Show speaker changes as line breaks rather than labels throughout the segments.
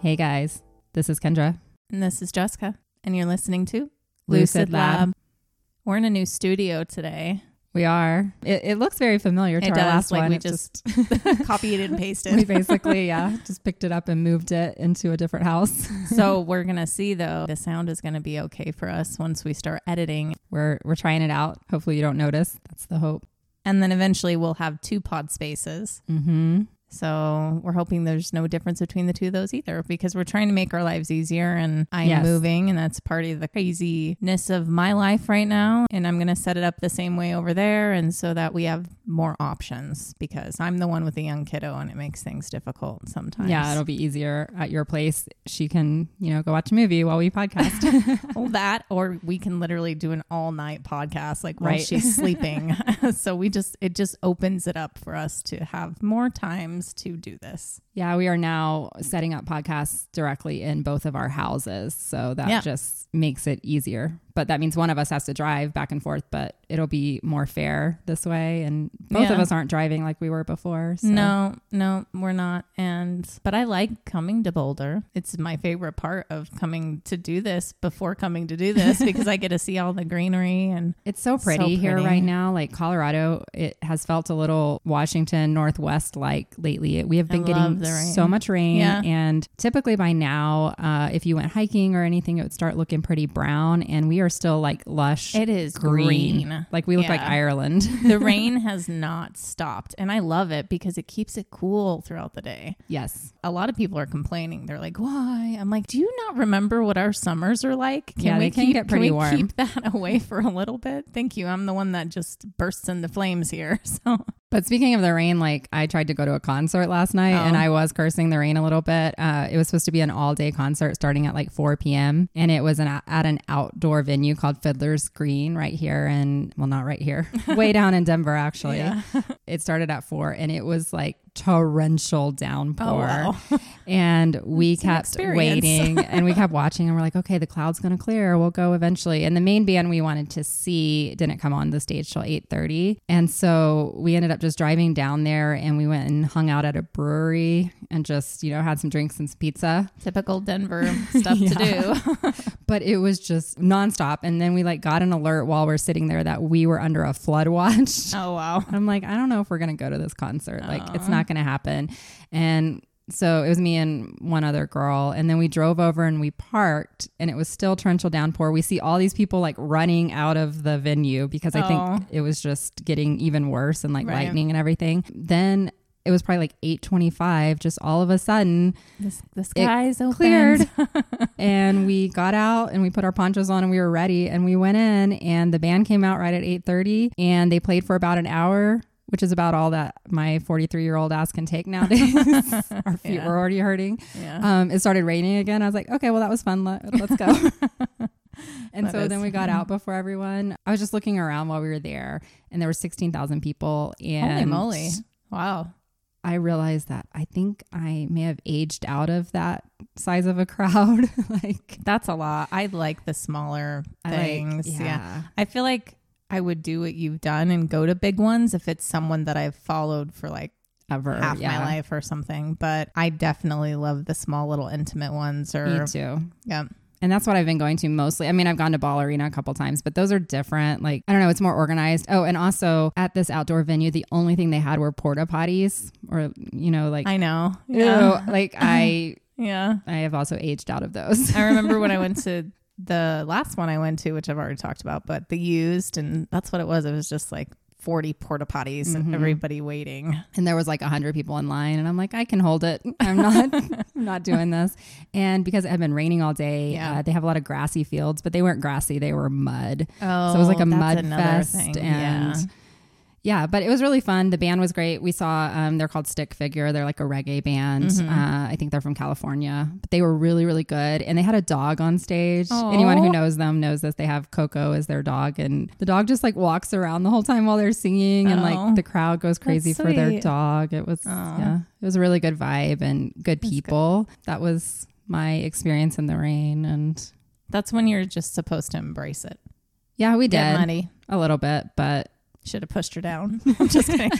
Hey guys, this is Kendra.
And this is Jessica, and you're listening to
Lucid Lab.
We're in a new studio today.
We are. It, it looks very familiar to
It
our
does,
last
like
one.
we
It
just-
just
Copied and pasted.
we basically yeah just picked it up and moved it into a different house.
so we're gonna see though the sound is gonna be okay for us once we start editing,
We're we're trying it out. Hopefully you don't notice. That's the hope.
and then eventually we'll have two pod spaces.
Mm-hmm.
So we're hoping there's no difference between the two of those either, because we're trying to make our lives easier. And I'm
Yes.
moving, and that's part of the craziness of my life right now. And I'm gonna set it up the same way over there, and so that we have more options, because I'm the one with the young kiddo, and it makes things difficult sometimes.
Yeah, it'll be easier at your place. She can you know go watch a movie while we podcast.
Well, that or we can literally do an all night podcast like while
Right.
she's sleeping. so we just it just opens it up for us to have more times to do this.
yeah, we are now setting up podcasts directly in both of our houses, so that
Yeah.
just makes it easier. But that means one of us has to drive back and forth, but it'll be more fair this way. And both of
Yeah.
us aren't driving like we were before. So.
No, no, we're not. And but I like coming to Boulder. It's my favorite part of coming to do this before coming to do this because I get to see all the greenery and
It's so
So
pretty, here
pretty.
right now. Like Colorado, it has felt a little Washington Northwest like lately. We have been
I
getting
love the rain.
so much rain,
Yeah.
and typically by now, uh, if you went hiking or anything, it would start looking pretty brown. And we are still like lush,
it is
green.
green.
Like we look like
Yeah.
Ireland.
the rain has not stopped and I love it because it keeps it cool throughout the day.
yes,
a lot of people are complaining. They're like, "Why?" I'm like, "Do you not remember what our summers are like? Can
Yeah,
we
they can
keep,
get pretty
we
warm.
keep that away for a little bit?" Thank you. I'm the one that just bursts into flames here. So
But speaking of the rain, like I tried to go to a concert last night
Oh.
and I was cursing the rain a little bit. Uh, it was supposed to be an all day concert starting at like 4 p.m. And it was an, at an outdoor venue called Fiddler's Green right here. And well, not right here, way down in Denver, actually.
Yeah.
it started at 4 and it was like torrential downpour.
Oh, wow.
And we
an
kept
experience.
waiting and we kept watching and we're like, okay, the cloud's going to clear. We'll go eventually. And the main band we wanted to see didn't come on the stage till 8.30. And so we ended up just driving down there and we went and hung out at a brewery and just, you know, had some drinks and some pizza.
typical Denver stuff
Yeah.
to do.
But it was just nonstop. And then we like got an alert while we're sitting there that we were under a flood watch.
Oh wow.
I'm like, I don't know if we're going to go to this concert. Like, it's not going to happen. And so it was me and one other girl. And then we drove over and we parked, and it was still torrential downpour. We see all these people like running out of the venue because I
Oh.
think it was just getting even worse and like
Right.
lightning and everything. Then it was probably like 8:25 just all of a sudden
This the sky's open.
cleared and we got out and we put our ponchos on and we were ready and we went in and the band came out right at 8:30 and they played for about an hour which is about all that my 43 year old ass can take nowadays our feet
Yeah.
were already hurting
Yeah.
um, it started raining again i was like okay well that was fun Let, us go and
That
so
is
then we got out before everyone i was just looking around while we were there and there were 16,000 people
Holy
and
moly. Wow.
I realized that I think I may have aged out of that size of a crowd. like
That's a lot. I like the smaller
I like-
things. yeah. I feel like I would do what you've done and go to big ones if it's someone that I've followed for like
ever
half
yeah.
my life or something. But I definitely love the small little intimate ones or
Me too.
yeah.
And that's what I've been going to mostly. I mean, I've gone to Ball Arena a couple times, but those are different. Like, I don't know, it's more organized. Oh, and also at this outdoor venue, the only thing they had were porta potties or, you know, like,
I know.
Ew,
Yeah.
like I,
Yeah.
I have also aged out of those.
I remember when I went to the last one I went to, which I've already talked about, but the used and that's what it was. It was just like 40 porta potties and everybody waiting.
and there was like 100 people in line and i'm like i can hold it i'm not i'm not doing this and because it had been raining all day
Yeah.
uh, they have a lot of grassy fields but they weren't grassy they were mud
Oh,
so it was like a
that's
mud
another
fest
thing.
and
Yeah.
yeah. but it was really fun. The band was great. We saw um, they're called Stick Figure. They're like a reggae band.
Mm-hmm.
Uh, I think they're from California, but they were really, really good. And they had a dog on stage. Anyone
Aw.
who knows them knows this. They have Coco as their dog, and the dog just like walks around the whole time while they're singing, and
Oh.
like the crowd goes crazy for their
sweet.
dog. It was yeah, it was a really good vibe and good people. That was my experience in the rain, and
That's when you're just supposed to embrace it.
yeah, we did
Get money.
a little bit, but
Should have pushed her down. I'm just kidding.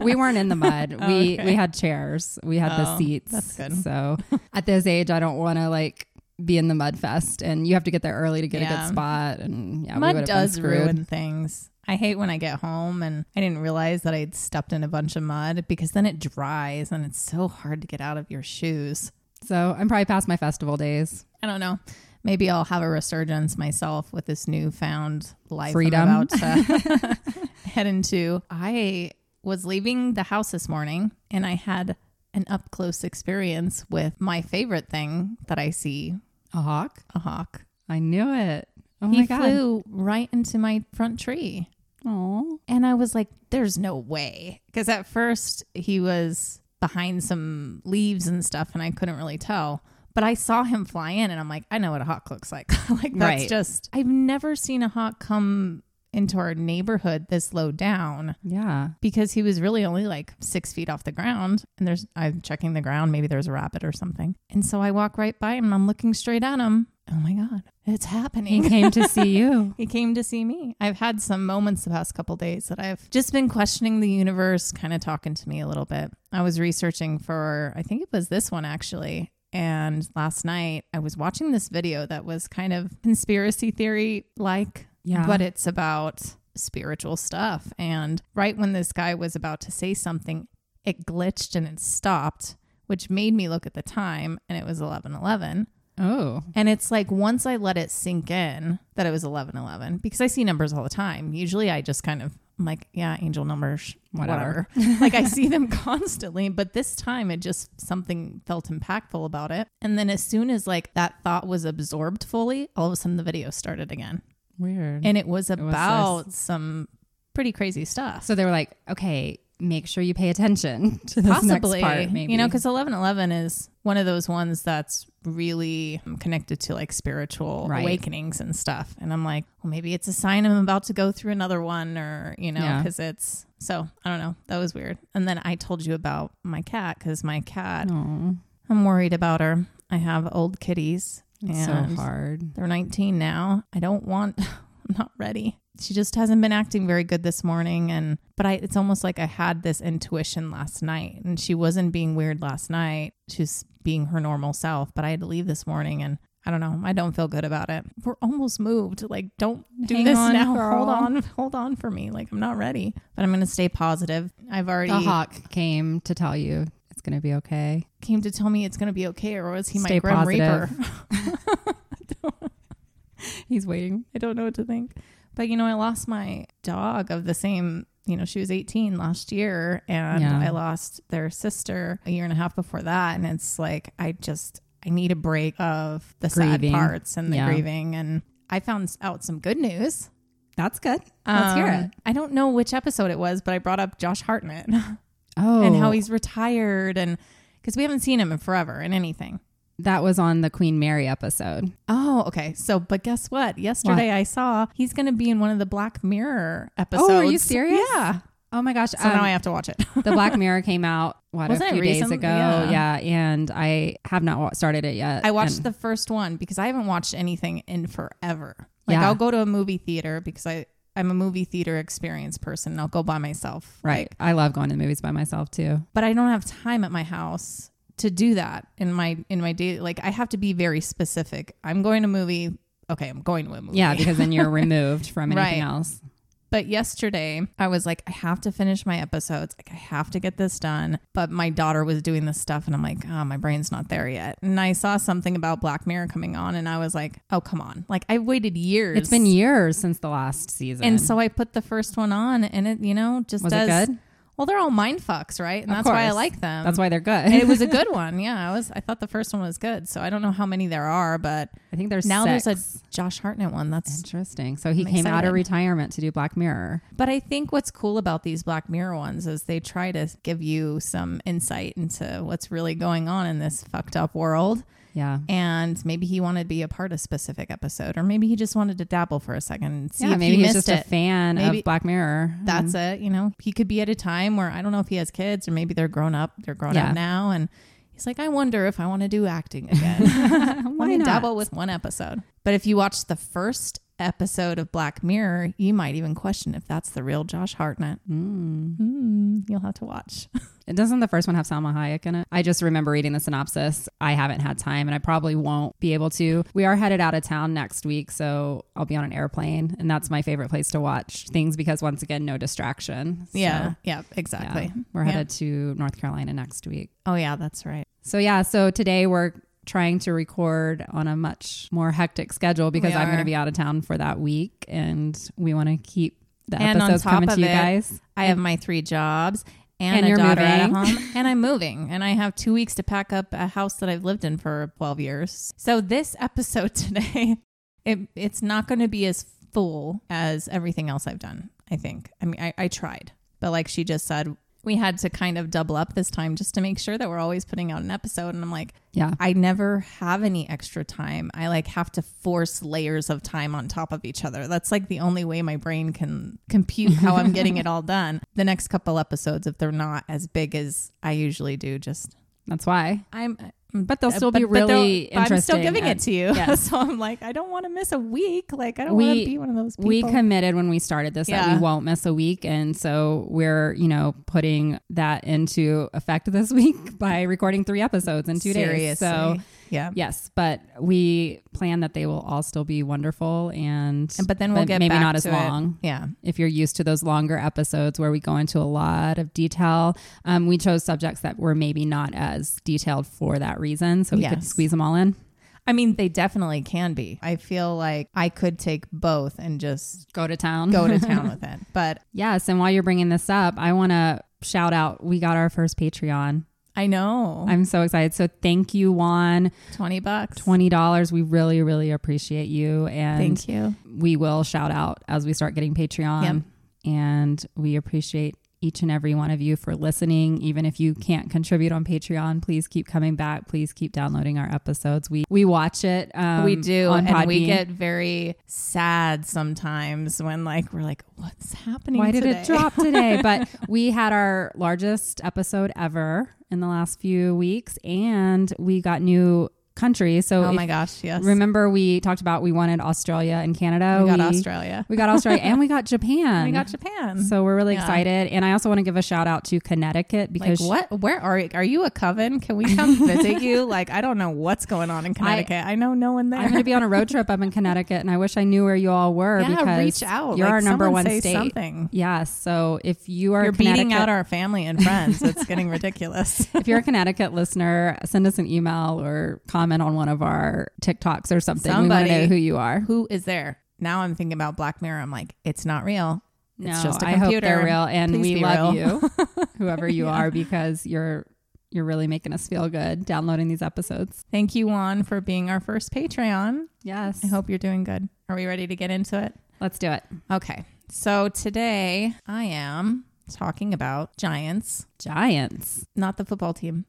we weren't in the mud.
Oh,
we
okay.
we had chairs. We had the
Oh,
seats.
that's good.
So at this age, I don't want to like be in the mud fest, and you have to get there early to get a
Yeah.
good spot. And yeah, we
Mud
would've been
does
screwed.
ruin things. I hate when I get home and I didn't realize that I'd stepped in a bunch of mud because then it dries and it's so hard to get out of your shoes.
So I'm probably past my festival days.
I don't know. Maybe I'll have a resurgence myself with this newfound life
Freedom.
I'm about to head into. I was leaving the house this morning and I had an up close experience with my favorite thing that I see
A hawk.
a hawk.
I knew it. Oh
he
my god.
flew right into my front tree.
Oh,
And I was like, there's no way. Because at first he was behind some leaves and stuff, and I couldn't really tell. But I saw him fly in, and I'm like, I know what a hawk looks like. like, that's
Right.
just, I've never seen a hawk come into our neighborhood this low down
yeah.
because he was really only like six feet off the ground. And there's, I'm checking the ground. Maybe there's a rabbit or something. And so I walk right by him, and I'm looking straight at him. Oh my God, it's happening.
He came to see you.
He came to see me. I've had some moments the past couple days that I've just been questioning the universe, kind of talking to me a little bit. I was researching for, I think it was this one actually. And last night I was watching this video that was kind of conspiracy theory like,
Yeah.
but it's about spiritual stuff. And right when this guy was about to say something, it glitched and it stopped, which made me look at the time and it was 1111.
Oh,
And it's like once I let it sink in that it was eleven eleven because I see numbers all the time. Usually I just kind of I'm like, yeah, angel numbers, whatever.
Whatever.
like I see them constantly, but this time it just something felt impactful about it. And then as soon as like that thought was absorbed fully, all of a sudden the video started again.
weird.
And it was
was
about some pretty crazy stuff.
so they were like, okay, make sure you pay attention to this
possibly
next part. Maybe
you know because 1111 is one of those ones that's really um, connected to like spiritual
Right.
awakenings and stuff and i'm like well maybe it's a sign i'm about to go through another one or you know
Yeah.
because it's so i don't know that was weird and then i told you about my cat because my cat
Oh,
i'm worried about her i have old kitties
it's so
and
hard.
they're 19 now. I don't want I'm not ready. She just hasn't been acting very good this morning and but I it's almost like I had this intuition last night and she wasn't being weird last night. She was being her normal self, but I had to leave this morning and I don't know. I don't feel good about it. We're almost moved. Like, don't do
Hang
this
on,
now. Hold
girl.
on. Hold on for me. Like, I'm not ready, but I'm going to stay positive. I've already
The hawk came to tell you it's going to be okay.
came to tell me it's going to be okay or was he my
Stay
grim
positive.
reaper?
He's waiting.
I don't know what to think. But you know, I lost my dog of the same. You know, she was 18 last year, and
Yeah.
I lost their sister a year and a half before that. And it's like I just I need a break of the sad
Grieving.
parts and the
Yeah.
grieving. And I found out some good news.
That's good. Let's hear
Um,
it.
I don't know which episode it was, but I brought up Josh Hartnett
Oh,
and how he's retired, and because we haven't seen him in forever in anything.
that was on the Queen Mary episode.
Oh, okay. So, but guess what? Yesterday I saw he's going to be in one of the Black Mirror episodes.
Oh, are you serious?
Yeah.
Oh my gosh.
So now I have to watch it.
the Black Mirror came out what
Wasn't it
a few days
recent?
ago.
Yeah.
Yeah. and I have not wa- started it yet.
I watched
And-
the first one because I haven't watched anything in forever. Like
Yeah.
I'll go to a movie theater because I I'm a movie theater experience person. And I'll go by myself.
right. I love going to the movies by myself too.
but I don't have time at my house to do that in my in my day. Like I have to be very specific. I'm going to movie. Okay, I'm going to a movie.
Yeah, because then you're removed from anything
Right.
else.
But yesterday, I was like, I have to finish my episodes. Like, I have to get this done. But my daughter was doing this stuff, and I'm like, oh, my brain's not there yet. And I saw something about Black Mirror coming on, and I was like, oh, come on. Like, I've waited years.
It's been years since the last season.
And so I put the first one on, and it, you know, just
Was it
does.
good?
Well, they're all mind fucks, right? And
Of
that's why I
course.
like them.
that's why they're good.
And it was a good one. Yeah. I was, I thought the first one was good. So I don't know how many there are, but
I think there's
now
six.
there's a Josh Hartnett one. That's
interesting. So he
I'm
came out
excited.
of retirement to do Black Mirror.
But I think what's cool about these Black Mirror ones is they try to give you some insight into what's really going on in this fucked up world.
Yeah.
And maybe he wanted to be a part of a specific episode, or maybe he just wanted to dabble for a second and see
yeah,
if
maybe
he
he's just
missed
Mm-hmm.
it.
a fan
Maybe-
of Black Mirror.
That's it. You know, he could be at a time where I don't know if he has kids, or maybe they're grown up. They're grown
Yeah.
up now, and he's like, I wonder if I want to do acting again.
Why
Let me
not?
dabble with one episode. But if you watch the first episode of Black Mirror, you might even question if that's the real Josh Hartnett.
Mm.
Hmm, you'll have to watch.
And Doesn't the first one have Salma Hayek in it? I just remember reading the synopsis. I haven't had time and I probably won't be able to. We are headed out of town next week, so I'll be on an airplane. And that's my favorite place to watch things because, once again, no distraction. So,
yeah, yeah,
yeah,
exactly.
We're
Yeah.
headed to North Carolina next week.
Oh, yeah, that's right.
So, yeah, so today we're trying to record on a much more hectic schedule because
We
I'm going
are.
to be out of town for that week and we want to keep the
And on
episodes
top
coming
of
to you
it,
guys.
I have my three jobs and,
And
a
you're
daughter at
moving.
home, and I'm moving, and I have two weeks to pack up a house that I've lived in for 12 years. So this episode today, it, it's not going to be as full as everything else I've done. I think. I mean, I, I tried, but like she just said. We had to kind of double up this time just to make sure that we're always putting out an episode. And I'm like,
Yeah.
I never have any extra time. I like have to force layers of time on top of each other. That's like the only way my brain can compute how I'm getting it all done. The next couple episodes, if they're not as big as I usually do, just
That's why.
I'm.
But they'll still be
they'll-
really
but I'm still
interesting
giving
and-
it to you.
yes.
so I'm like, I don't want to miss a week. Like I don't
We-
want to be one of those people.
We committed when we started this that
Yeah.
we won't miss a week. And so we're, you know, putting that into effect this week by recording three episodes in two days. So,
Seriously. yeah.
yes, but we plan that they will all still be wonderful. And,
And- But then we'll get
maybe
back
not as
to it.
long.
Yeah.
If you're used to those longer episodes where we go into a lot of detail, um, we chose subjects that were maybe not as detailed for that reason. So we could
Yes.
squeeze them all in.
I mean, they definitely can be. I feel like I could take both and just
Go to town.
go to town with it. But
Yes. And while you're bringing this up, I want to shout out we got our first Patreon.
I know
I'm so excited. So thank you, Juan.
twenty bucks.
$20. We really, really appreciate you. And
Thank you.
we will shout out as we start getting Patreon.
Yep.
And we appreciate each and every one of you for listening. Even if you can't contribute on Patreon, please keep coming back. Please keep downloading our episodes. We we watch it. Um,
we do,
on
and we
Podbean.
get very sad sometimes when like we're like, "What's happening?
Why did
today?
it drop today? But we had our largest episode ever in the last few weeks, and we got new countries. So
Oh
if-
my gosh! Yes,
remember we talked about we wanted Australia and Canada.
we got Australia.
We got Australia, and we got Japan.
We got Japan.
Um, so we're really
Yeah.
excited, and I also want to give a shout out to Connecticut
like
because
what? Where are you? Are you a coven? Can we come visit you? Like I don't know what's going on in Connecticut. I, know no one there.
I'm going to be on a road trip up in Connecticut, and I wish I knew where you all were
yeah,
because
reach out.
You're
Like,
our number
someone
one
say
state.
Something.
Yeah, so if you are
You're beating
Connecticut-
out our family and friends. It's getting ridiculous.
if you're a Connecticut listener, send us an email or comment on one of our TikToks or something. We want
Somebody-
to know who you are.
who is there? Now I'm thinking about Black Mirror. I'm like, it's not real.
No,
It's just a
I hope
computer.
they're real, and
Please
we
be
love
real.
you, whoever you are, because you're you're really making us feel good downloading these episodes.
Thank you, Juan, for being our first Patreon.
Yes,
I hope you're doing good. Are we ready to get into it?
let's do it.
Okay. So today I am talking about Giants,
Giants.
not the football team,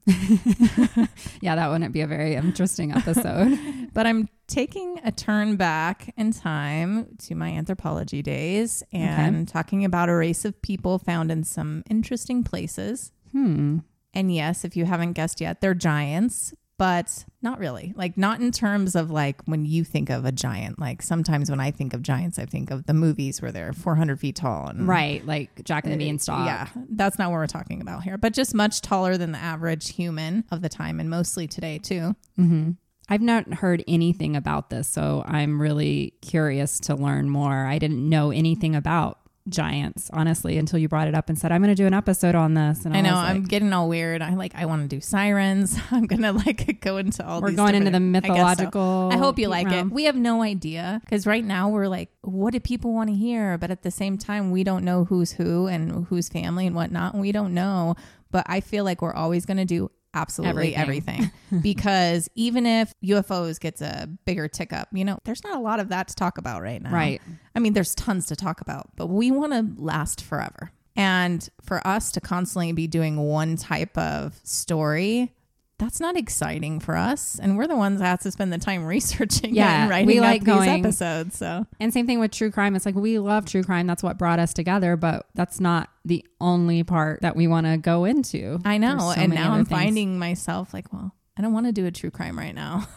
Yeah, that wouldn't be a very interesting episode.
but I'm taking a turn back in time to my anthropology days and talking about a race of people found in some interesting places. Mm.
hmm.
And yes, if you haven't guessed yet, they're giants, but not really. Like not in terms of like when you think of a giant. Like sometimes when I think of giants, I think of the movies where they're 400 feet tall and
Right, like Jack and the Beanstalk.
Uh, Yeah, that's not what we're talking about here, but just much taller than the average human of the time and mostly today too.
hmm I've not heard anything about this, so I'm really curious to learn more. I didn't know anything about giants, honestly, until you brought it up and said, I'm going to do an episode on this. And I,
I know
was like,
I'm getting all weird. I like I want to do sirens. I'm gonna like go into all.
we're
these
going into the
different- I guess so.
mythological.
I hope you like
realm.
it. We have no idea because right now we're like, what do people want to hear? But at the same time, we don't know who's who and who's family and whatnot. And we don't know. But I feel like we're always going to do absolutely everything,
Everything.
because even if UFOs gets a bigger tick up, you know, there's not a lot of that to talk about right now.
Right.
I mean, there's tons to talk about, but we want to last forever. And for us to constantly be doing one type of story, that's not exciting for us. And we're the ones that have to spend the time researching yeah,
Yeah,
and writing
we
up
like
these
going-
episodes. So
And same thing with true crime. It's like we love true crime. That's what brought us together, but that's not the only part that we want to go into.
I know.
There's so
and
many
now
other
I'm
things.
finding myself like, well, I don't want to do a true crime right now.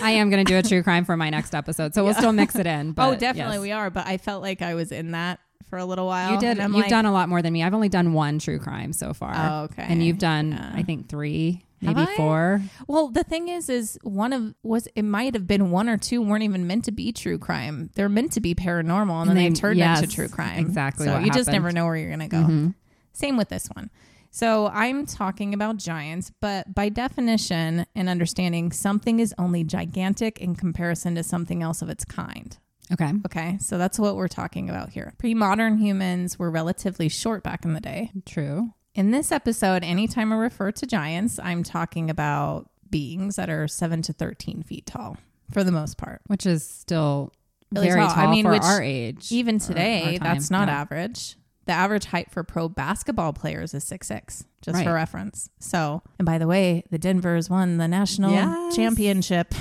I am going to do a true crime for my next episode, so we'll still mix it in. But
oh, definitely
yes.
we are. But I felt like I was in that for a little while.
You did.
and I'm
You've
like,
done a lot more than me. I've only done one true crime so far.
Oh, okay.
And you've done,
Yeah.
I think, three,
Have
maybe
I?
four.
Well, the thing is, is one of was it might have been one or two weren't even meant to be true crime. They're meant to be paranormal, and,
And
then they,
they-
have turned
yes,
into true crime.
exactly
So
what
you just
happened. Mm-hmm.
never know where you're gonna go. Same with this one. So I'm talking about giants, but by definition and understanding, something is only gigantic in comparison to something else of its kind.
Okay.
Okay, so that's what we're talking about here. Pre modern humans were relatively short back in the day.
True.
In this episode, anytime I refer to giants, I'm talking about beings that are 7 to 13 feet tall for the most part.
Which is still
Really
very
tall. I
tall
mean,
for
which
our age.
Even
or our
today,
time.
that's not
Yeah.
average. The average height for pro basketball players is 6'6, just
Right.
for reference. So, and by the way, the Denvers won the national
Yes.
championship.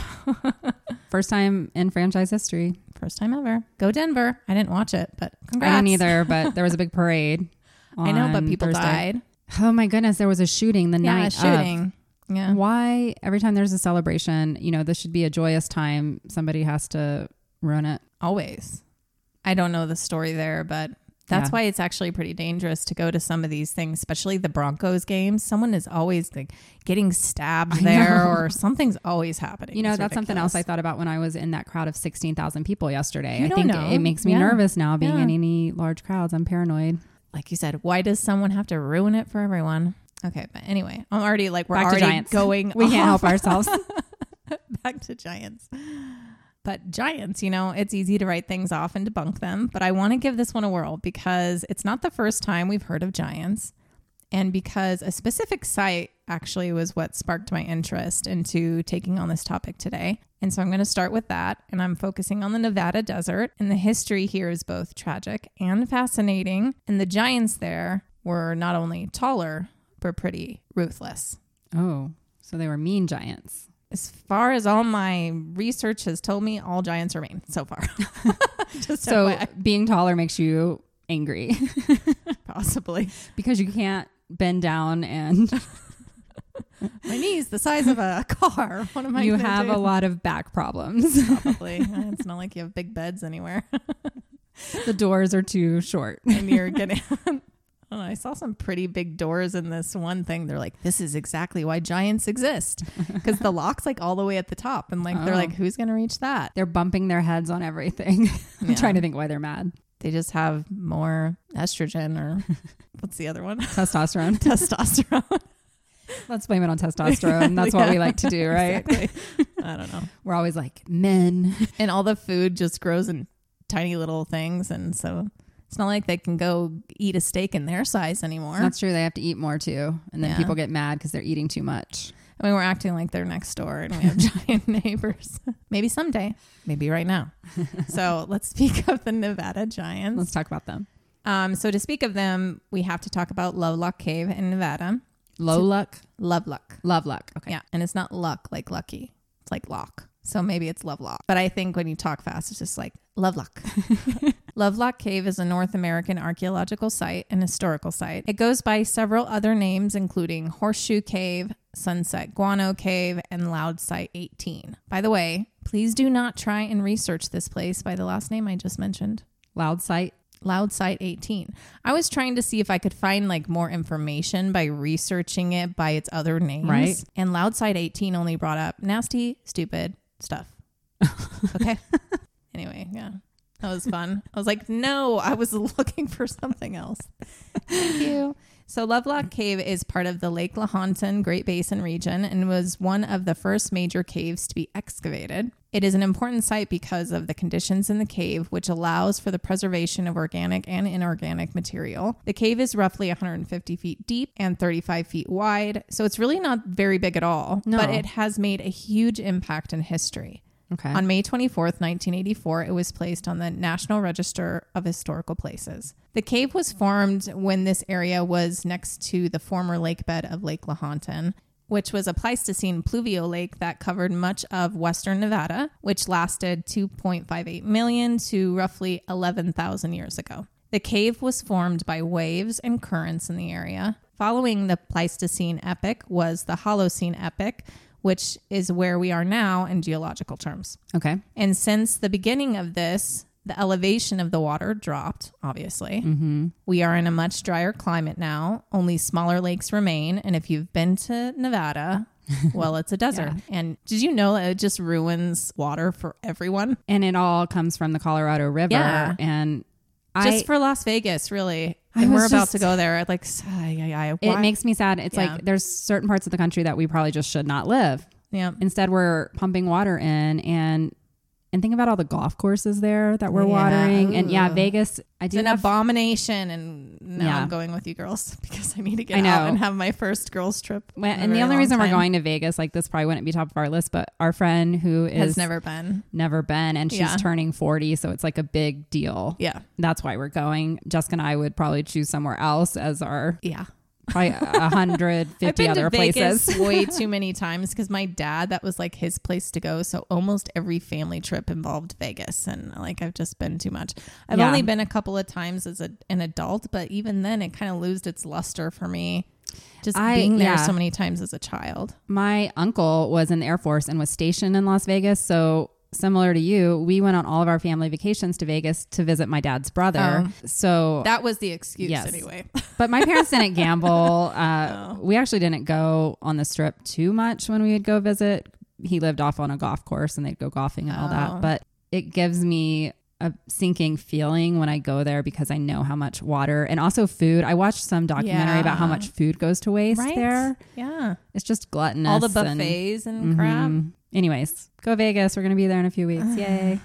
First time in franchise history.
First time ever. Go Denver. I didn't watch it, but congrats.
I didn't either, but there was a big parade.
I know, but
on
people
Thursday.
died.
Oh my goodness, there was a shooting the
Yeah,
night of.
shooting. Yeah.
Why every time there's a celebration, you know, this should be a joyous time. Somebody has to ruin it.
always. I don't know the story there, but that's
Yeah.
why it's actually pretty dangerous to go to some of these things, especially the Broncos games. Someone is always like getting stabbed
I
there
know.
or something's always happening.
You know,
It's
that's something else I
ridiculous.
thought about when I was in that crowd of 16,000 people yesterday.
You
I
don't
think
know.
it makes me
Yeah.
nervous now being
Yeah.
in any large crowds. I'm paranoid.
like you said, why does someone have to ruin it for everyone? Okay, but anyway, I'm already like we're
Back to
already
Giants.
going
We can't
off
help ourselves.
back to giants. But giants, you know, it's easy to write things off and debunk them. But I want to give this one a whirl because it's not the first time we've heard of giants. And because a specific site actually was what sparked my interest into taking on this topic today. And so I'm going to start with that. And I'm focusing on the Nevada desert. And the history here is both tragic and fascinating. And the giants there were not only taller, but pretty ruthless
oh, so they were mean giants.
as far as all my research has told me, all giants are mean so far. Just
So
so
being taller makes you angry
possibly
because you can't bend down and
my knees the size of a car. What am I?
you
gonna
have
do?
a lot of back problems.
Probably it's not like you have big beds anywhere,
the doors are too short.
and you're getting. Oh, I saw some pretty big doors in this one thing. They're like, this is exactly why giants exist because the lock's like all the way at the top, and like they're
Oh.
like, who's gonna reach that?
They're bumping their heads on everything. I'm
Yeah.
trying to think why they're mad.
They just have more estrogen or what's the other one?
Testosterone.
Testosterone.
Let's blame it on testosterone. That's what
Yeah.
we like to do, right?
Exactly. I don't know.
We're always like, men.
and all the food just grows in tiny little things and so it's not like they can go eat a steak in their size anymore
That's true. They have to eat more too. And then
Yeah.
people get mad because they're eating too much.
i mean we're acting like they're next door and we have giant neighbors maybe someday maybe right now so let's speak of the nevada giants
Let's talk about them.
um, so to speak of them we have to talk about lovelock cave in nevada
Low luck,
lovelock
love luck. Okay.
yeah and it's not luck like lucky it's like lock so maybe it's lovelock but i think when you talk fast it's just like lovelock Lovelock Cave is a North American archaeological site and historical site. It goes by several other names, including Horseshoe Cave, Sunset Guano Cave, and Loud Site 18. By the way, please do not try and research this place by the last name I just mentioned.
Loud sight.
Loud Site 18. I was trying to see if I could find like more information by researching it by its other names.
Right.
And Loud Site 18 only brought up nasty, stupid stuff. okay. Anyway, yeah. That was fun. I was like, no, I was looking for something else. Thank you. So Lovelock Cave is part of the Lake Lahontan Great Basin region and was one of the first major caves to be excavated. It is an important site because of the conditions in the cave, which allows for the preservation of organic and inorganic material. The cave is roughly 150 feet deep and 35 feet wide, so it's really not very big at all,
No.
but it has made a huge impact in history.
Okay.
On May 24th, 1984, it was placed on the National Register of Historical Places. The cave was formed when this area was next to the former lake bed of Lake Lahontan, which was a Pleistocene pluvial lake that covered much of western Nevada, which lasted 2.58 million to roughly 11,000 years ago. The cave was formed by waves and currents in the area. Following the Pleistocene epoch was the Holocene epoch, which is where we are now in geological terms.
Okay.
And since the beginning of this, the elevation of the water dropped, obviously.
Mm-hmm.
We are in a much drier climate now. Only smaller lakes remain. And if you've been to Nevada, well, it's a desert. And did you know that it just ruins water for everyone?
And it all comes from the Colorado River.
Yeah.
And I,
just for Las Vegas, really.
I
And we're
was
about
just-
to go there. Like, sigh, I, I,
it
why-
makes me sad. It's
Yeah.
like there's certain parts of the country that we probably just should not live.
yeah.
Instead, we're pumping water in and and think about all the golf courses there that we're
Yeah.
watering. And yeah,
Ooh.
Vegas. I
It's
do
an
have
abomination, and now
Yeah.
I'm going with you girls because I need to get
I know.
out and have my first girls trip.
Well,
in a
and the
very
only
long
reason we're
time.
going to Vegas, like this probably wouldn't be top of our list, but our friend who is
has never been.
never been and she's
Yeah.
turning 40, so it's like a big deal.
Yeah,
That's why we're going. Jessica and I would probably choose somewhere else as our
yeah.
probably 150 other places.
way too many times because my dad that was like his place to go. So almost every family trip involved Vegas, and like I've just been too much. I've
Yeah.
only been a couple of times as a, an adult, but even then, it kind of lost its luster for me. Just
I-
being there
yeah.
so many times as a child.
My uncle was in the Air Force and was stationed in Las Vegas. So, similar to you, we went on all of our family vacations to Vegas to visit my dad's brother.
Oh.
So,
That was the excuse
Yes.
anyway.
but my parents didn't gamble. Uh, We actually didn't go on the strip too much when we would go visit. He lived off on a golf course and they'd go golfing and all
Oh.
that. But it gives me a sinking feeling when I go there because I know how much water and also food. I watched some documentary about how
Yeah.
much food goes to waste there.
Yeah.
It's just gluttonous.
All the
and-
buffets and, crap.
Mhm. Anyways, go Vegas. We're going to be there in a few weeks. Yay.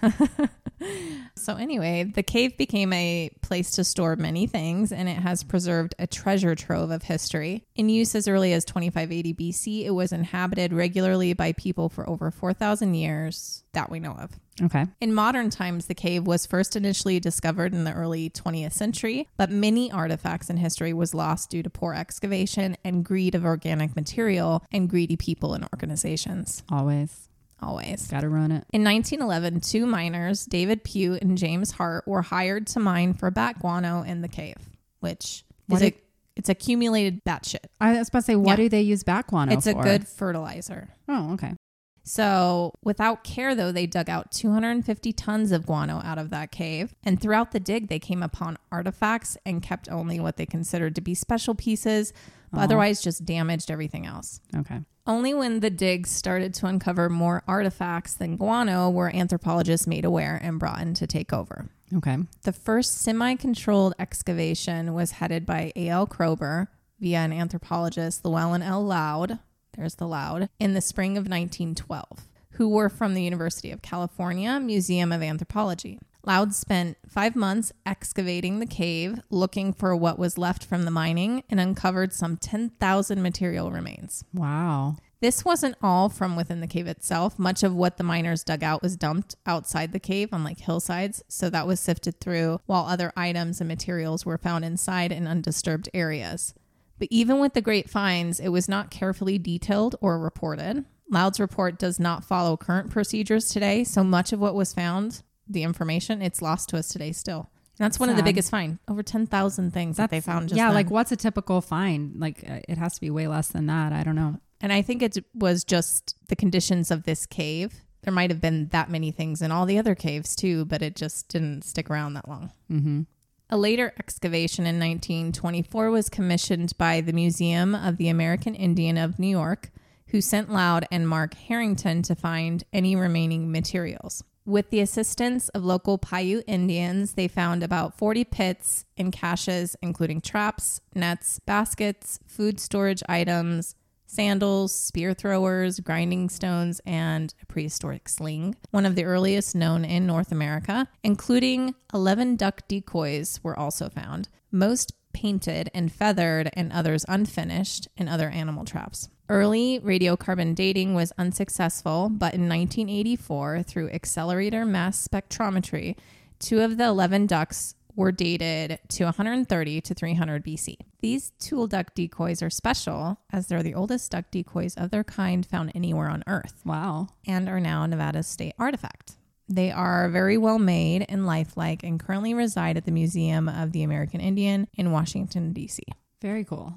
So, anyway, the cave became a place to store many things, and it has preserved a treasure trove of history. In use as early as 2580 BC, it was inhabited regularly by people for over 4,000 years that we know of.
okay.
In modern times, the cave was first initially discovered in the early 20th century, but many artifacts in history was lost due to poor excavation and greed of organic material and greedy people and organizations.
Always.
Always.
Got to run it.
In 1911, two miners, David Pugh and James Hart, were hired to mine for bat guano in the cave, which
What
is
did-
a, it's accumulated bat shit.
I was about to say, what
Yeah.
do they use back guano
It's a
for?
good fertilizer.
Oh, okay.
So, without care, though, they dug out 250 tons of guano out of that cave. And throughout the dig, they came upon artifacts and kept only what they considered to be special pieces, but otherwise just damaged everything else.
Oh, Okay.
Only when the digs started to uncover more artifacts than guano were anthropologists made aware and brought in to take over.
Okay.
The first semi controlled excavation was headed by A.L. Kroeber via an anthropologist, Llewellyn L. Loud, there's the Loud, in the spring of 1912, who were from the University of California Museum of Anthropology. Loud spent five months excavating the cave, looking for what was left from the mining, and uncovered some 10,000 material remains.
Wow.
This wasn't all from within the cave itself. Much of what the miners dug out was dumped outside the cave on like hillsides, so that was sifted through, while other items and materials were found inside in undisturbed areas. But even with the great finds, it was not carefully detailed or reported. Loud's report does not follow current procedures today, so much of what was found, the information, it's lost to us today still. And that's one of the
Sad.
biggest find. Over 10,000 things that they found just
yeah,
then.
like what's a typical find? Like uh, it has to be way less than that. I don't know.
And I think it was just the conditions of this cave. There might have been that many things in all the other caves too, but it just didn't stick around that long.
Mm-hmm.
A later excavation in 1924 was commissioned by the Museum of the American Indian of New York, who sent Loud and Mark Harrington to find any remaining materials. With the assistance of local Paiute Indians, they found about 40 pits and caches, including traps, nets, baskets, food storage items, sandals, spear throwers, grinding stones, and a prehistoric sling, one of the earliest known in North America, including 11 duck decoys were also found, most painted and feathered, and others unfinished, and other animal traps. Early radiocarbon dating was unsuccessful, but in 1984, through accelerator mass spectrometry, two of the 11 ducks were dated to 130 to 300 BC. These tool duck decoys are special as they're the oldest duck decoys of their kind found anywhere on Earth
Wow.
and are now Nevada's state artifact. They are very well made and lifelike and currently reside at the Museum of the American Indian in Washington, D.C.
Very cool.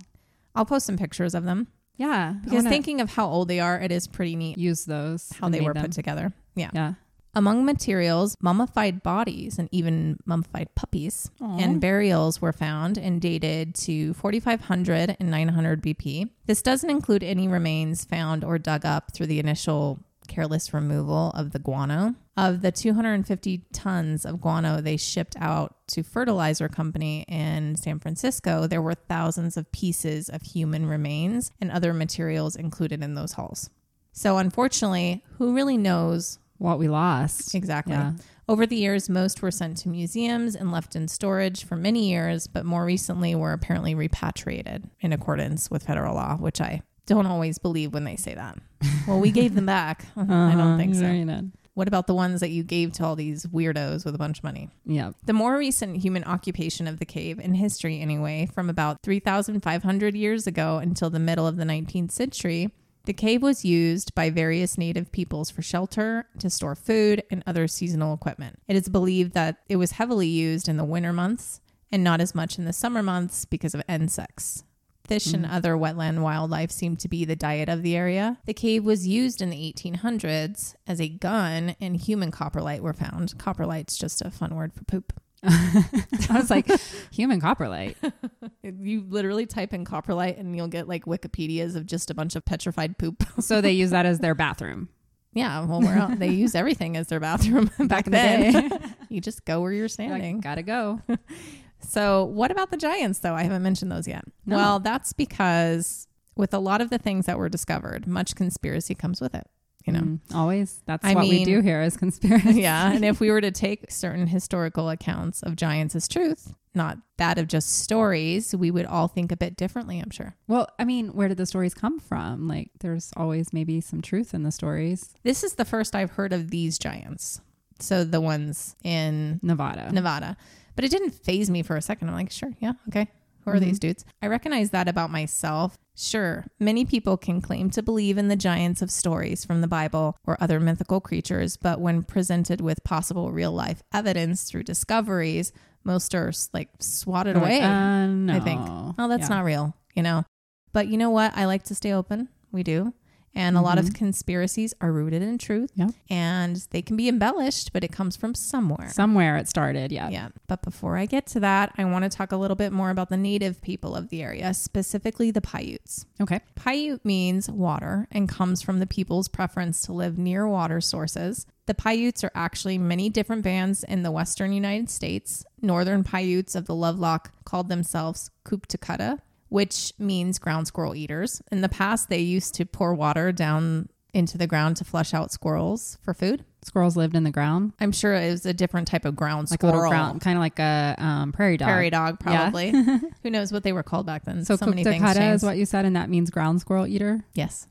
I'll post some pictures of them.
Yeah. I
Because
wanna
thinking of how old they are, it is pretty neat
use those.
how
and
they
made
were
them.
put together. Yeah.
Yeah.
Among materials, mummified bodies and even mummified puppies
Aw.
and burials were found and dated to 4500 and 900 BP. This doesn't include any remains found or dug up through the initial careless removal of the guano. Of the 250 tons of guano they shipped out to fertilizer company in San Francisco, there were thousands of pieces of human remains and other materials included in those hauls. So unfortunately, who really knows
What we lost.
Exactly.
Yeah.
Over the years, most were sent to museums and left in storage for many years, but more recently were apparently repatriated in accordance with federal law, which I don't always believe when they say that. Well, we gave them back. I don't
Uh-huh.
think so. What about the ones that you gave to all these weirdos with a bunch of money?
Yeah.
The more recent human occupation of the cave, in history anyway, from about 3,500 years ago until the middle of the 19th century, the cave was used by various native peoples for shelter, to store food, and other seasonal equipment. It is believed that it was heavily used in the winter months and not as much in the summer months because of insects. Fish and other wetland wildlife seemed to be the diet of the area. The cave was used in the 1800s as a gun, and human coprolite were found. Coprolite's just a fun word for poop.
I was like, human coprolite.
You literally type in coprolite, and you'll get like Wikipedias of just a bunch of petrified poop.
So they use that as their bathroom.
yeah, well, we're out. they use everything as their bathroom back,
Back in the
then.
day.
you just go where you're standing.
Like, gotta go.
So, what about the giants, though? I haven't mentioned those yet.
No.
Well, that's because with a lot of the things that were discovered, much conspiracy comes with it, you know?
Mm, always. That's
I
what we
mean-
do here as conspiracy.
yeah. And if we were to take certain historical accounts of giants as truth, not that of just stories, we would all think a bit differently, I'm sure.
Well, I mean, where did the stories come from? Like, there's always maybe some truth in the stories.
This is the first I've heard of these giants. So, the ones in
Nevada.
Nevada. But it didn't phase me for a second. I'm like, sure, yeah, okay. Who are
Mm-hmm.
these dudes? I recognize that about myself. Sure, many people can claim to believe in the giants of stories from the Bible or other mythical creatures, but when presented with possible real life evidence through discoveries, most are s- like swatted
They're like,
away.
uh, no.
I think, oh, that's
Yeah.
not real, you know? But you know what? I like to stay open. We do. And a lot of
Mm-hmm.
conspiracies are rooted in truth
Yeah.
and they can be embellished, but it comes from somewhere.
Somewhere it started. Yeah.
Yeah. But before I get to that, I want to talk a little bit more about the native people of the area, specifically the Paiutes.
Okay.
Paiute means water and comes from the people's preference to live near water sources. The Paiutes are actually many different bands in the western United States. Northern Paiutes of the Lovelock called themselves Kuptakutta, which means ground squirrel eaters. In the past, they used to pour water down into the ground to flush out squirrels for food.
Squirrels lived in the ground,
I'm sure it was a different type of ground
like a
squirrel
little ground, kind of like a um, prairie dog.
prairie dog,
Yeah.
probably. Who knows what they were called back then?
So,
So,
so
many things
Kuptakata
changed.
is what you said, and that means ground squirrel eater.
yes,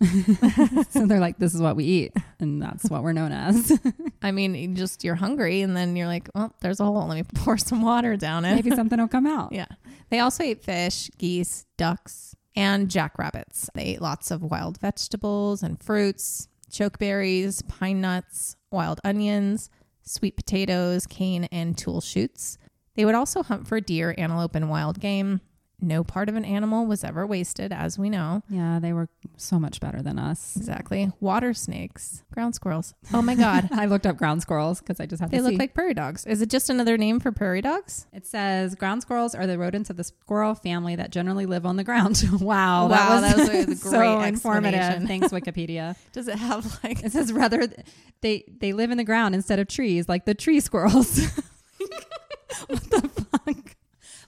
so they're like, this is what we eat, and that's what we're known as.
I mean, you just you're hungry, and then you're like, well, there's a hole. Let me pour some water down it.
Maybe something will come out.
Yeah, they also ate fish, geese, ducks, and jackrabbits. They ate lots of wild vegetables and fruits, chokeberries, pine nuts, wild onions, sweet potatoes, cane, and tool shoots. They would also hunt for deer, antelope, and wild game. No part of an animal was ever wasted, as we know.
Yeah, they were so much better than us.
Exactly. Water snakes, ground squirrels. Oh my God.
I looked up ground squirrels because I just had
they
to
look
see.
like prairie dogs. Is it just another name for prairie dogs?
it says ground squirrels are the rodents of the squirrel family that generally live on the ground. wow,
Oh, Wow,
that was,
that was a
so
great
informative.
explanation.
Thanks, Wikipedia.
Does it have like.
It says rather th- they they live in the ground instead of trees, like the tree squirrels. what the fuck?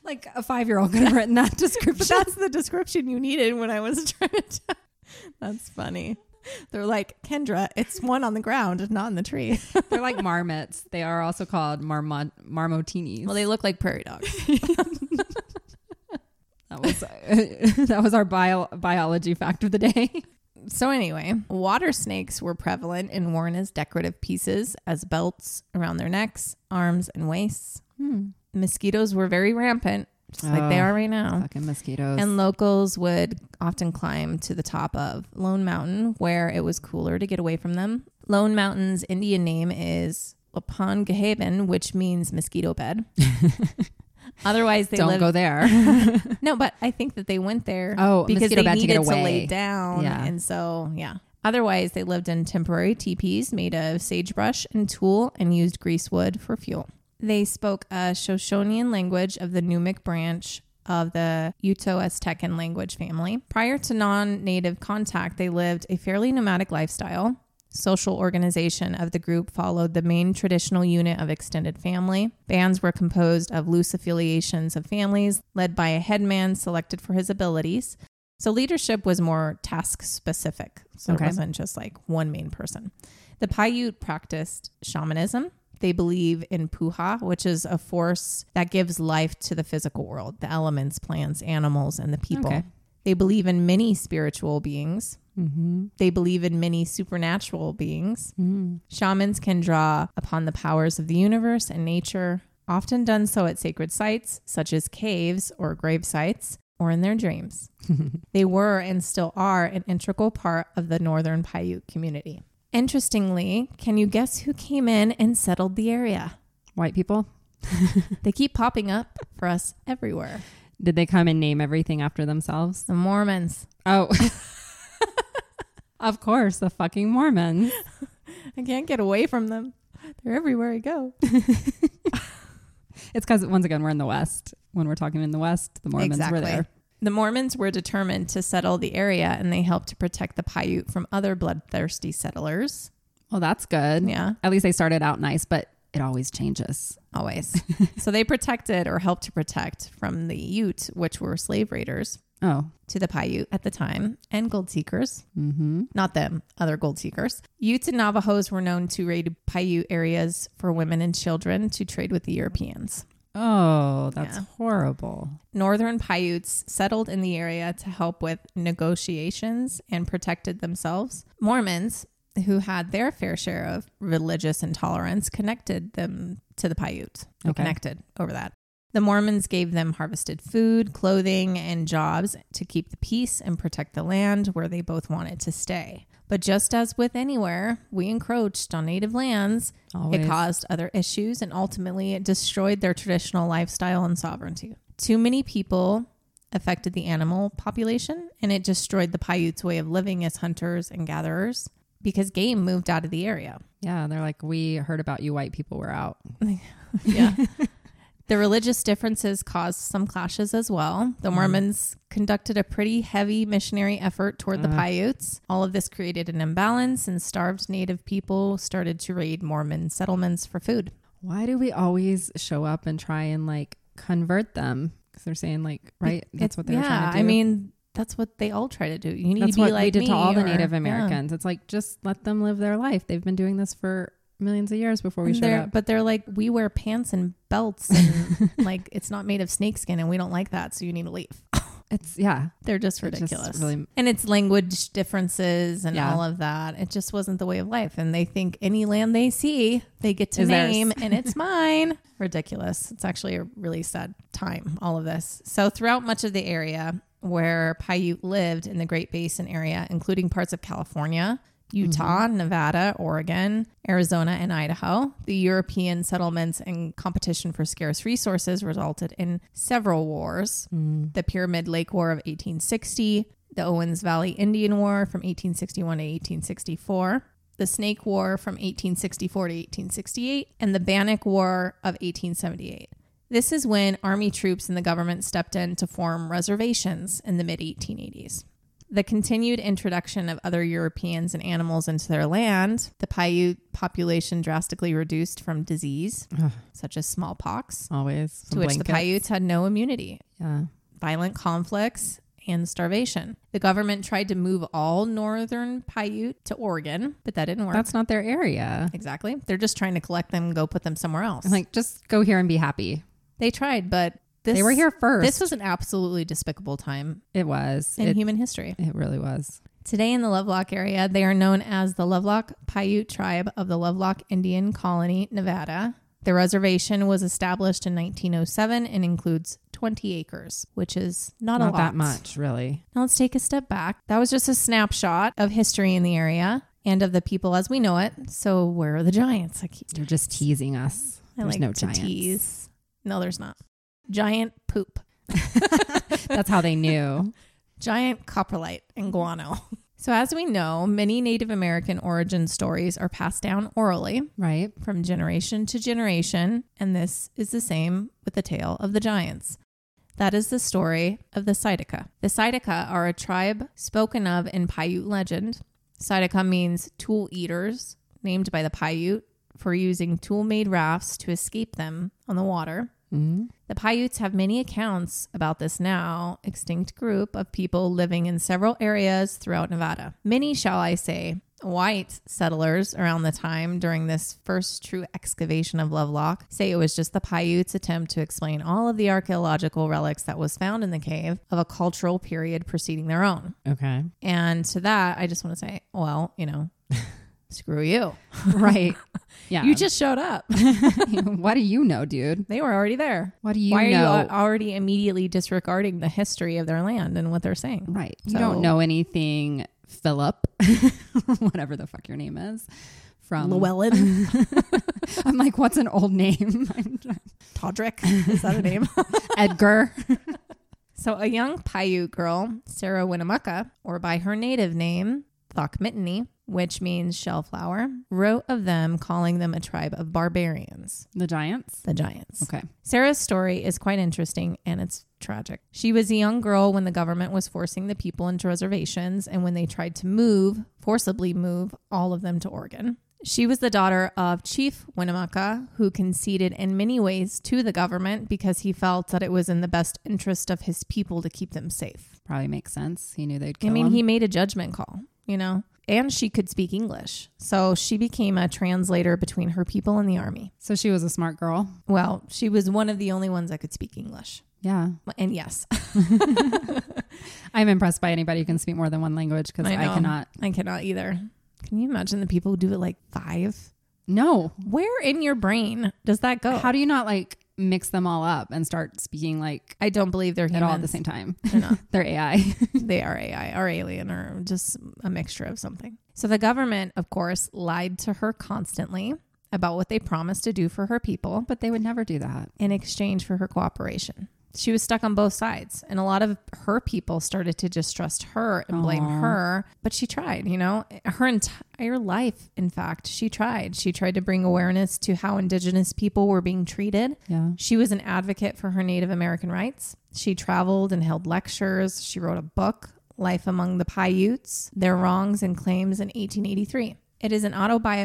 Like a five year old could have written that description.
But that's the description you needed when I was trying to. That's funny. They're like, Kendra, it's one on the ground, not in the tree.
They're like marmots. They are also called marmot marmotinis.
Well, they look like prairie dogs.
that was that was our bio, biology fact of the day.
So, anyway, water snakes were prevalent and worn as decorative pieces, as belts around their necks, arms, and waists.
Hmm.
Mosquitoes were very rampant, just like they
Oh,
are right now.
Fucking mosquitoes.
And locals would often climb to the top of Lone Mountain where it was cooler to get away from them. Lone Mountain's Indian name is Lapangahaven, which means mosquito bed. Otherwise, they
Don't
live-
go there.
No, but I think that they went there.
Oh, a
because
mosquito
they
bat to
needed
get
to,
away.
lay down,
Yeah.
and so yeah. Otherwise, they lived in temporary teepees made of sagebrush and tulle, and used greasewood for fuel. They spoke a Shoshonian language of the Numic branch of the Uto Aztecan language family. Prior to non native contact, they lived a fairly nomadic lifestyle. Social organization of the group followed the main traditional unit of extended family. Bands were composed of loose affiliations of families, led by a headman selected for his abilities. So leadership was more task specific. So
Okay.
it wasn't just like one main person. The Paiute practiced shamanism. They believe in puha, which is a force that gives life to the physical world, the elements, plants, animals, and the people.
Okay.
They believe in many spiritual beings.
mm-hmm.
They believe in many supernatural beings. Shamans can draw upon the powers of the universe and nature, often done so at sacred sites such as caves or grave sites or in their dreams. they were and still are an integral part of the Northern Paiute community. Interestingly, can you guess who came in and settled the area?
White people.
They keep popping up for us everywhere.
Did they come and name everything after themselves?
The Mormons.
Oh. of course, the fucking Mormons.
I can't get away from them. They're everywhere I go.
It's because, once again, we're in the West. When we're talking in the West, the Mormons were there.
The Mormons were determined to settle the area and they helped to protect the Paiute from other bloodthirsty settlers.
Well, that's good.
Yeah,
At least they started out nice, but it always changes.
always. so they protected or helped to protect from the Ute, which were slave raiders,
Oh.
to the Paiute at the time and gold seekers.
Mm-hmm.
Not them, other gold seekers. Utes and Navajos were known to raid Paiute areas for women and children to trade with the Europeans.
Oh, that's
Yeah.
horrible.
Northern Paiutes settled in the area to help with negotiations and protected themselves. Mormons, who had their fair share of religious intolerance, connected them to the Paiute. They
Okay.
connected over that. The Mormons gave them harvested food, clothing, and jobs to keep the peace and protect the land where they both wanted to stay. But just as with anywhere, we encroached on native lands.
Always.
It caused other issues and ultimately it destroyed their traditional lifestyle and sovereignty. Too many people affected the animal population and it destroyed the Paiute's way of living as hunters and gatherers because game moved out of the area.
yeah, they're like, we heard about you white people were out.
Yeah. the religious differences caused some clashes as well. The Mormons conducted a pretty heavy missionary effort toward the
Uh.
Paiutes. All of this created an imbalance and starved native people started to raid Mormon settlements for food.
Why do we always show up and try and like convert them? Because they're saying like, right? That's
It's-
what they're
yeah,
trying to do.
I mean, that's what they all try to do. You need
that's
to be
what
like
we did
me
to all the
or-
Native
yeah.
Americans. It's like just let them live their life. They've been doing this for millions of years before we
And
showed
they're-
up.
But they're like, we wear pants and belts, and like it's not made of snakeskin, and we don't like that, so you need to leave.
It's yeah,
They're just
It's just
ridiculous.
really-
and it's language differences and
Yeah.
all of that. It just wasn't the way of life. And they think any land they see, they get to
Is theirs.
name, and it's mine. Ridiculous. It's actually a really sad time, all of this. So, throughout much of the area where Paiute lived in the Great Basin area, including parts of California, Utah, Nevada, Oregon, Arizona, and Idaho. The European settlements and competition for scarce resources resulted in several wars the Pyramid Lake War of 1860, the Owens Valley Indian War from 1861 to 1864, the Snake War from 1864 to 1868, and the Bannock War of 1878. This is when army troops and the government stepped in to form reservations in the mid 1880s. The continued introduction of other Europeans and animals into their land, the Paiute population drastically reduced from disease,
Ugh.
such as smallpox,
always
to which the Paiutes had no immunity
Yeah,
violent conflicts, and starvation. The government tried to move all northern Paiute to Oregon, but that didn't work.
that's not their area.
exactly. They're just trying to collect them, and go put them somewhere else.
I'm like, just go here and be happy.
they tried, but this,
they were here first.
This was an absolutely despicable time
it was.
in
It,
human history.
it really was.
Today in the Lovelock area, they are known as the Lovelock Paiute tribe of the Lovelock Indian Colony, Nevada. The reservation was established in 1907 and includes 20 acres, which is not,
Not,
a lot.
that much, really.
Now let's take a step back. That was just a snapshot of history in the area and of the people as we know it. So where are the giants? I keep
You're just teasing us.
I
There's
like
no
to
giants.
tease. No, there's not. giant poop,
That's how they knew.
giant coprolite, and guano. So, as we know, many Native American origin stories are passed down orally
Right.
from generation to generation, and this is the same with the tale of the giants. That is the story of the Sidica. The Sidica are a tribe spoken of in Paiute legend. Sidica means tool eaters, named by the Paiute for using tool made rafts to escape them on the water.
Mm.
The Paiutes have many accounts about this now extinct group of people living in several areas throughout Nevada. Many, shall I say, white settlers around the time during this first true excavation of Lovelock say it was just the Paiutes' attempt to explain all of the archaeological relics that was found in the cave of a cultural period preceding their own.
Okay.
And to that, I just want to say, well, you know, screw you.
Right. Yeah.
You just showed up.
what do you know, dude?
They were already there.
What do you
Why
know?
are you al- already immediately disregarding the history of their land and what they're saying?
right. You
So-
don't know anything, Philip, whatever the fuck your name is. From
Llewellyn,
I'm like, what's an old name? I'm trying-
Todrick, is that a name?
Edgar.
so, a young Paiute girl, Sarah Winnemucca, or by her native name, Thokmitini, which means shellflower, wrote of them, calling them a tribe of barbarians,
the Giants.
the giants.
Okay.
Sarah's story is quite interesting and it's tragic. She was a young girl when the government was forcing the people into reservations and when they tried to move, forcibly move, all of them to Oregon. She was the daughter of Chief Winnemucca, who conceded in many ways to the government because he felt that it was in the best interest of his people to keep them safe.
Probably makes sense. He knew they'd kill
I mean,
him.
he made a judgment call, you know? And she could speak English. So she became a translator between her people and the army.
so she was a smart girl.
Well, she was one of the only ones that could speak English.
Yeah.
And yes,
I'm impressed by anybody who can speak more than one language because
I
I,
know.
cannot.
I cannot either. Can you imagine the people who do it like five?
No.
Where in your brain does that go?
How do you not like mix them all up and start speaking like
I don't believe they're
at
humans.
all at the same time?
They're not.
They're AI.
they are AI or alien or just a mixture of something. So the government, of course, lied to her constantly about what they promised to do for her people
but they would never do that.
in exchange for her cooperation. She was stuck on both sides, and a lot of her people started to distrust her and blame
Aw.
her. But she tried, you know, her entire life, in fact, she tried. She tried to bring awareness to how Indigenous people were being treated.
Yeah.
She was an advocate for her Native American rights. She traveled and held lectures. She wrote a book, Life Among the Paiutes Their Wrongs and Claims in 1883. It is an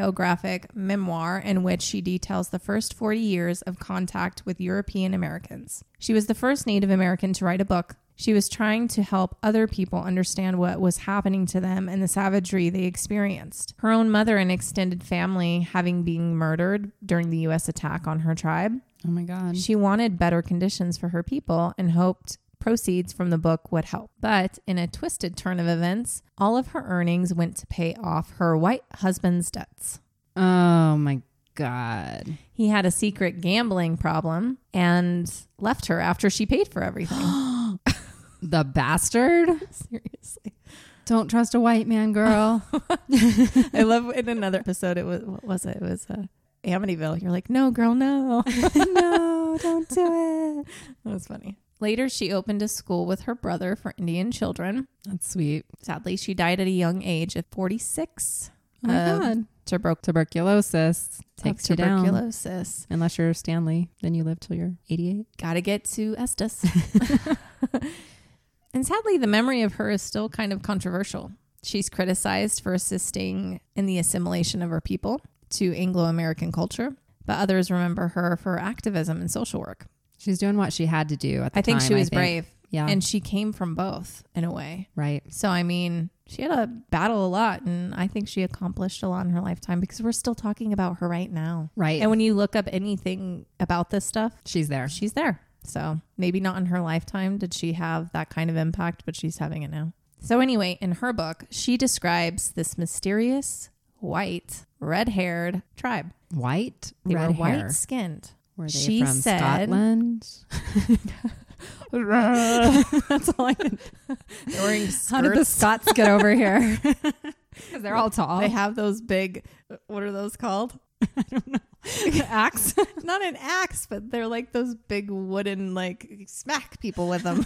autobiographic memoir in which she details the first 40 years of contact with European Americans. She was the first Native American to write a book. She was trying to help other people understand what was happening to them and the savagery they experienced. Her own mother and extended family having been murdered during the U.S. attack on her tribe.
Oh my God.
She wanted better conditions for her people and hoped proceeds from the book would help. But in a twisted turn of events, all of her earnings went to pay off her white husband's debts.
Oh my God.
He had a secret gambling problem and left her after she paid for everything.
The bastard.
Seriously.
Don't trust a white man, girl.
I love in another episode it was what was it? It was uh, Amityville. You're like, "No, girl, no."
no, don't do it.
that was funny. Later, she opened a school with her brother for Indian children.
That's sweet.
Sadly, she died at a young age of 46
Oh my
of
God.
tubero-
Tuberculosis takes you down.
tuberculosis.
Unless you're Stanley, then you live till you're 88.
Gotta get to Estes. and sadly, the memory of her is still kind of controversial. She's criticized for assisting in the assimilation of her people to Anglo American culture, but others remember her for her activism and social work.
She's doing what she had to do at the
I think
time,
she was brave,
Yeah.
and she came from both in a way.
right.
So, I mean, she had to battle a lot, and I think she accomplished a lot in her lifetime because we're still talking about her right now.
Right.
And when you look up anything about this stuff,
she's there.
she's there. So maybe not in her lifetime did she have that kind of impact, but she's having it now. So, anyway, in her book, she describes this mysterious white, red haired tribe.
White,
They
red
were
hair.
white skinned.
Were they
She
from
said-
Scotland?
That's all I can. They're wearing
How did the
skirts.
Scots get over here? Because they're all tall.
They have those big, what are those called?
axe.
Not an axe, but they're like those big wooden, like, smack people with them.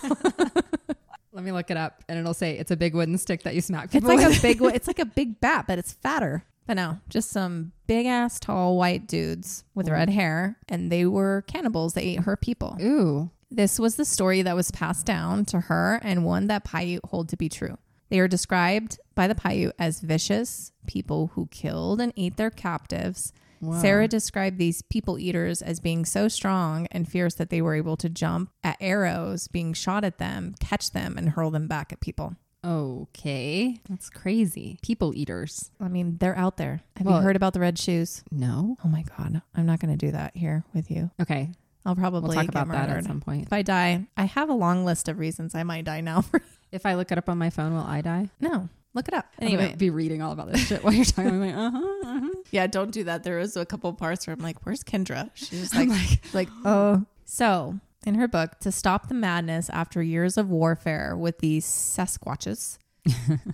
Let me look it up, and it'll say it's a big wooden stick that you smack
It's
people
like
with.
a big, it's like a big bat, but it's fatter. But no, just some big ass tall white dudes with red hair, and they were cannibals. They ate her people.
Ooh,
This was the story that was passed down to her, and one that Paiute hold to be true. They are described by the Paiute as vicious people who killed and ate their captives.
Wow.
Sarah described these people eaters as being so strong and fierce that they were able to jump at arrows being shot at them, catch them, and hurl them back at people.
okay, that's crazy. People eaters.
I mean, they're out there. Have
Well-
you heard about the red shoes?
No.
Oh my god, I'm not going to do that here with you.
Okay,
I'll probably
we'll talk
get
about that
murdered.
at some point.
If I die, I have a long list of reasons I might die now.
If I look it up on my phone, will I die?
no, look it up.
I'm
Anyway,
gonna be reading all about this shit while you're talking. I'm like, uh huh, uh huh.
yeah, don't do that. There was a couple parts where I'm like, "Where's Kendra?" She's just like, like, oh. So in her book, to stop the madness after years of warfare with these Sasquatches,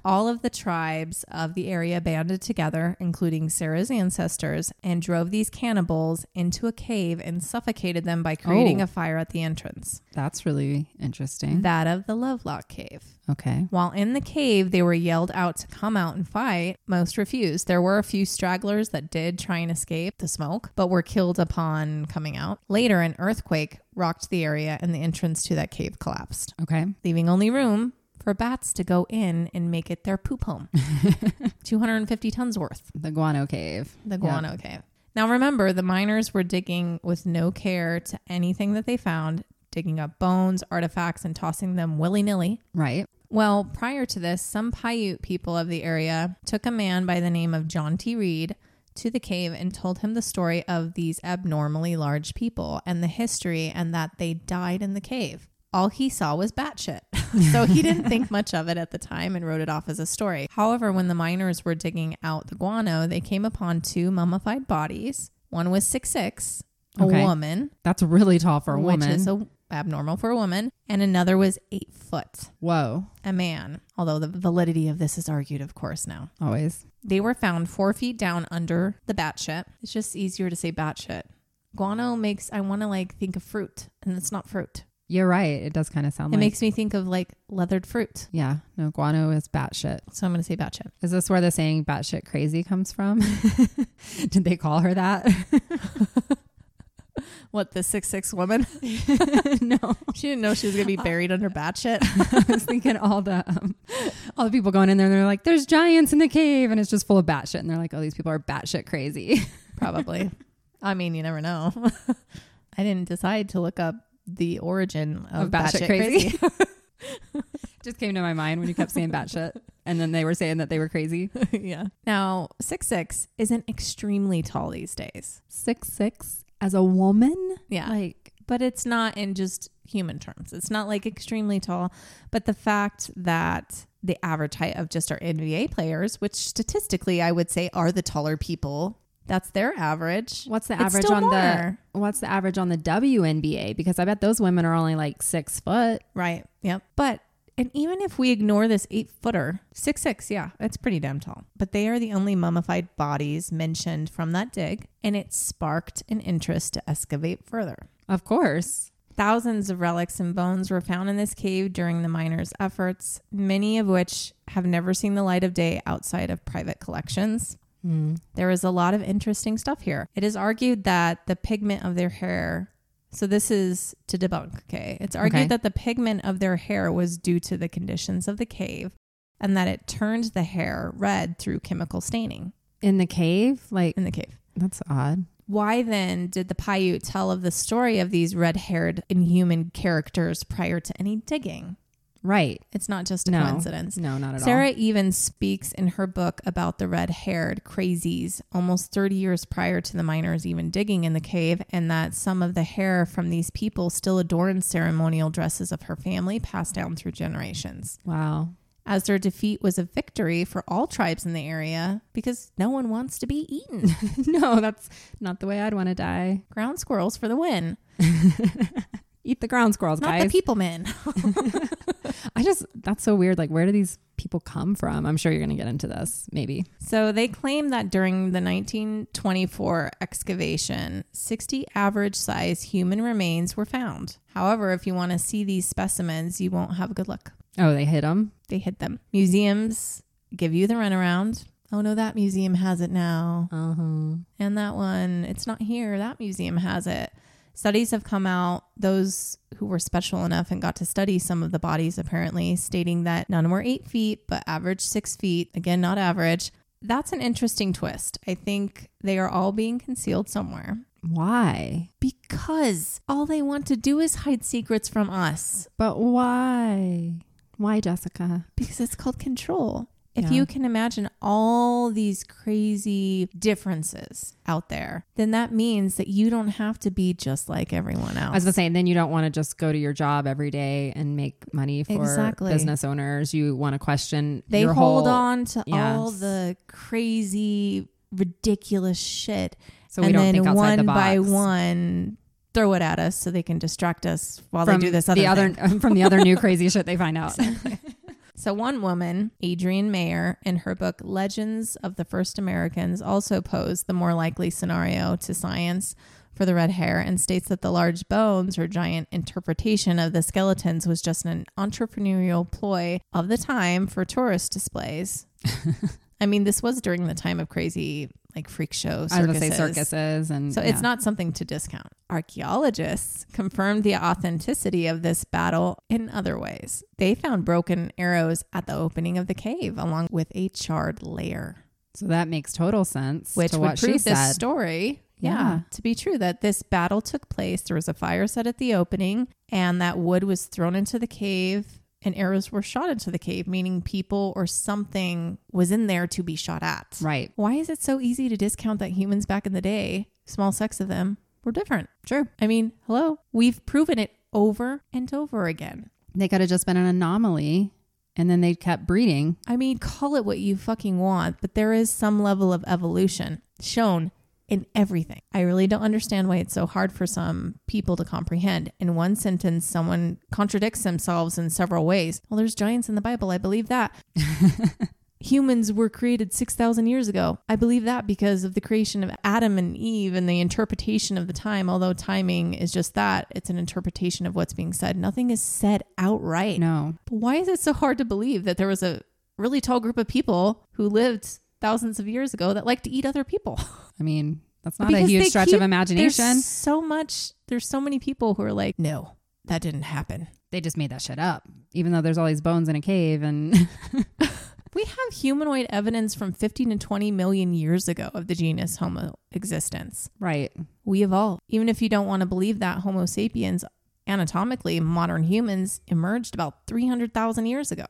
all of the tribes of the area banded together, including Sarah's ancestors, and drove these cannibals into a cave and suffocated them by creating
Oh.
a fire at the entrance,
That's really interesting.
that of the Lovelock Cave.
Okay.
While in the cave, they were yelled out to come out and fight. Most refused. There were a few stragglers that did try and escape the smoke, but were killed upon coming out. Later, an earthquake rocked the area and the entrance to that cave collapsed,
Okay.
leaving only room for bats to go in and make it their poop home. 250 tons worth,
The guano cave.
the
Yeah.
guano cave. Now, remember, the miners were digging with no care to anything that they found, digging up bones, artifacts, and tossing them willy nilly.
Right.
Well, prior to this, some Paiute people of the area took a man by the name of John T. Reed to the cave and told him the story of these abnormally large people and the history and that they died in the cave. All he saw was batshit. so he didn't think much of it at the time and wrote it off as a story. However, when the miners were digging out the guano, they came upon two mummified bodies. One was six six, a
Okay.
woman,
That's really tall for a woman.
which is a, abnormal for a woman, and another was eight foot
Whoa.
a man, although the validity of this is argued, of course, now.
Always.
They were found four feet down under the batshit. It's just easier to say batshit. Guano makes, I want to like think of fruit, and it's not fruit.
You're right. It does kind of sound
it
like.
makes me think of like leathered fruit.
yeah. No, guano is batshit.
So I'm going to say batshit.
Is this where the saying batshit crazy comes from? Did they call her that?
What, the six six woman?
no.
she didn't know she was going to be buried under batshit.
I was thinking all the um, all the people going in there and they're like, there's giants in the cave and it's just full of batshit. And they're like, oh, these people are batshit crazy.
Probably. I mean, you never know. I didn't decide to look up the origin of,
Of batshit crazy. just came to my mind when you kept saying batshit. And then they were saying that they were crazy.
yeah. Now, six six isn't extremely tall these days.
Six six as a woman?
Yeah.
Like,
but it's not in just human terms. It's not like extremely tall, but the fact that the average height of just our NBA players, which statistically I would say are the taller people, that's their average.
What's the
It's
average
still
on
more.
the What's the average on the WNBA? Because I bet those women are only like six foot.
Right. Yep. But and even if we ignore this eight footer, six six, yeah, it's pretty damn tall. But they are the only mummified bodies mentioned from that dig, and it sparked an interest to excavate further.
Of course.
Thousands of relics and bones were found in this cave during the miners' efforts, many of which have never seen the light of day outside of private collections.
Hmm.
There is a lot of interesting stuff here. It is argued that the pigment of their hair, so this is to debunk, okay? It's argued
Okay.
that the pigment of their hair was due to the conditions of the cave and that it turned the hair red through chemical staining
In the cave? Like,
in the cave.
that's odd.
Why then did the Paiute tell of the story of these red haired inhuman characters prior to any digging?
Right.
It's not just a
No.
coincidence.
No, not at
Sarah
all.
even speaks in her book about the red haired crazies almost 30 years prior to the miners even digging in the cave, and that some of the hair from these people still adorns ceremonial dresses of her family passed down through generations.
Wow.
As their defeat was a victory for all tribes in the area because no one wants to be eaten.
no, that's not the way I'd want to die.
Ground squirrels for the win.
Eat the ground squirrels,
Not
guys.
the people men.
I just that's so weird. Like, where do these people come from. I'm sure you're going to get into this, maybe.
So they claim that during the 1924 excavation, 60 average size human remains were found. However, if you want to see these specimens, you won't have good luck.
Oh, they hit them.
They hid them. Museums give you the runaround. Oh no, that museum has it now.
Uh huh.
And that one, it's not here. That museum has it. Studies have come out, those who were special enough and got to study some of the bodies apparently, stating that none were eight feet, but average six feet. Again, not average. That's an interesting twist. I think they are all being concealed somewhere
Why?
because all they want to do is hide secrets from us
But why? Why, Jessica?
because it's called control. If
Yeah.
you can imagine all these crazy differences out there, then that means that you don't have to be just like everyone else.
I was gonna say, and then you don't want to just go to your job every day and make money for
Exactly.
business owners. You want to question.
they
your
hold
whole-
on to all
Yes.
the crazy, ridiculous shit.
so we
and
don't
then
think outside
one
the box.
by one, throw it at us so they can distract us while
from
they do this other
the
thing.
other from the other new crazy shit they find out.
So, one woman, Adrienne Mayer, in her book Legends of the First Americans, also posed the more likely scenario to science for the red hair and states that the large bones or giant interpretation of the skeletons was just an entrepreneurial ploy of the time for tourist displays. I mean, this was during the time of crazy, like freak show circuses.
I was gonna say circuses and
So
yeah.
it's not something to discount. Archaeologists confirmed the authenticity of this battle in other ways. They found broken arrows at the opening of the cave, along with a charred layer,
So that makes total sense.
which
to
would
what she
prove this
said.
story.
Yeah.
to be true that this battle took place. There was a fire set at the opening, and that wood was thrown into the cave, and arrows were shot into the cave, meaning people or something was in there to be shot at.
Right.
Why is it so easy to discount that humans back in the day, small sects of them, were different? Sure. I mean, hello. We've proven it over and over again.
They could have just been an anomaly and then they kept breeding.
I mean, call it what you fucking want, but there is some level of evolution shown in everything. I really don't understand why it's so hard for some people to comprehend. In one sentence, someone contradicts themselves in several ways. Well, there's giants in the Bible. I believe that. Humans were created 6,000 years ago. I believe that because of the creation of Adam and Eve and the interpretation of the time. Although timing is just that, it's an interpretation of what's being said. Nothing is said outright.
No.
But why is it so hard to believe that there was a really tall group of people who lived thousands of years ago that liked to eat other people?
I mean, that's not a
Because
huge
they
stretch
keep-
of imagination.
There's so much. There's so many people who are like, no, that didn't happen.
They just made that shit up, even though there's all these bones in a cave and
We have humanoid evidence from 15 to 20 million years ago of the genus Homo existence.
right.
We evolved. Even if you don't want to believe that Homo sapiens, anatomically, modern humans emerged about 300,000 years ago.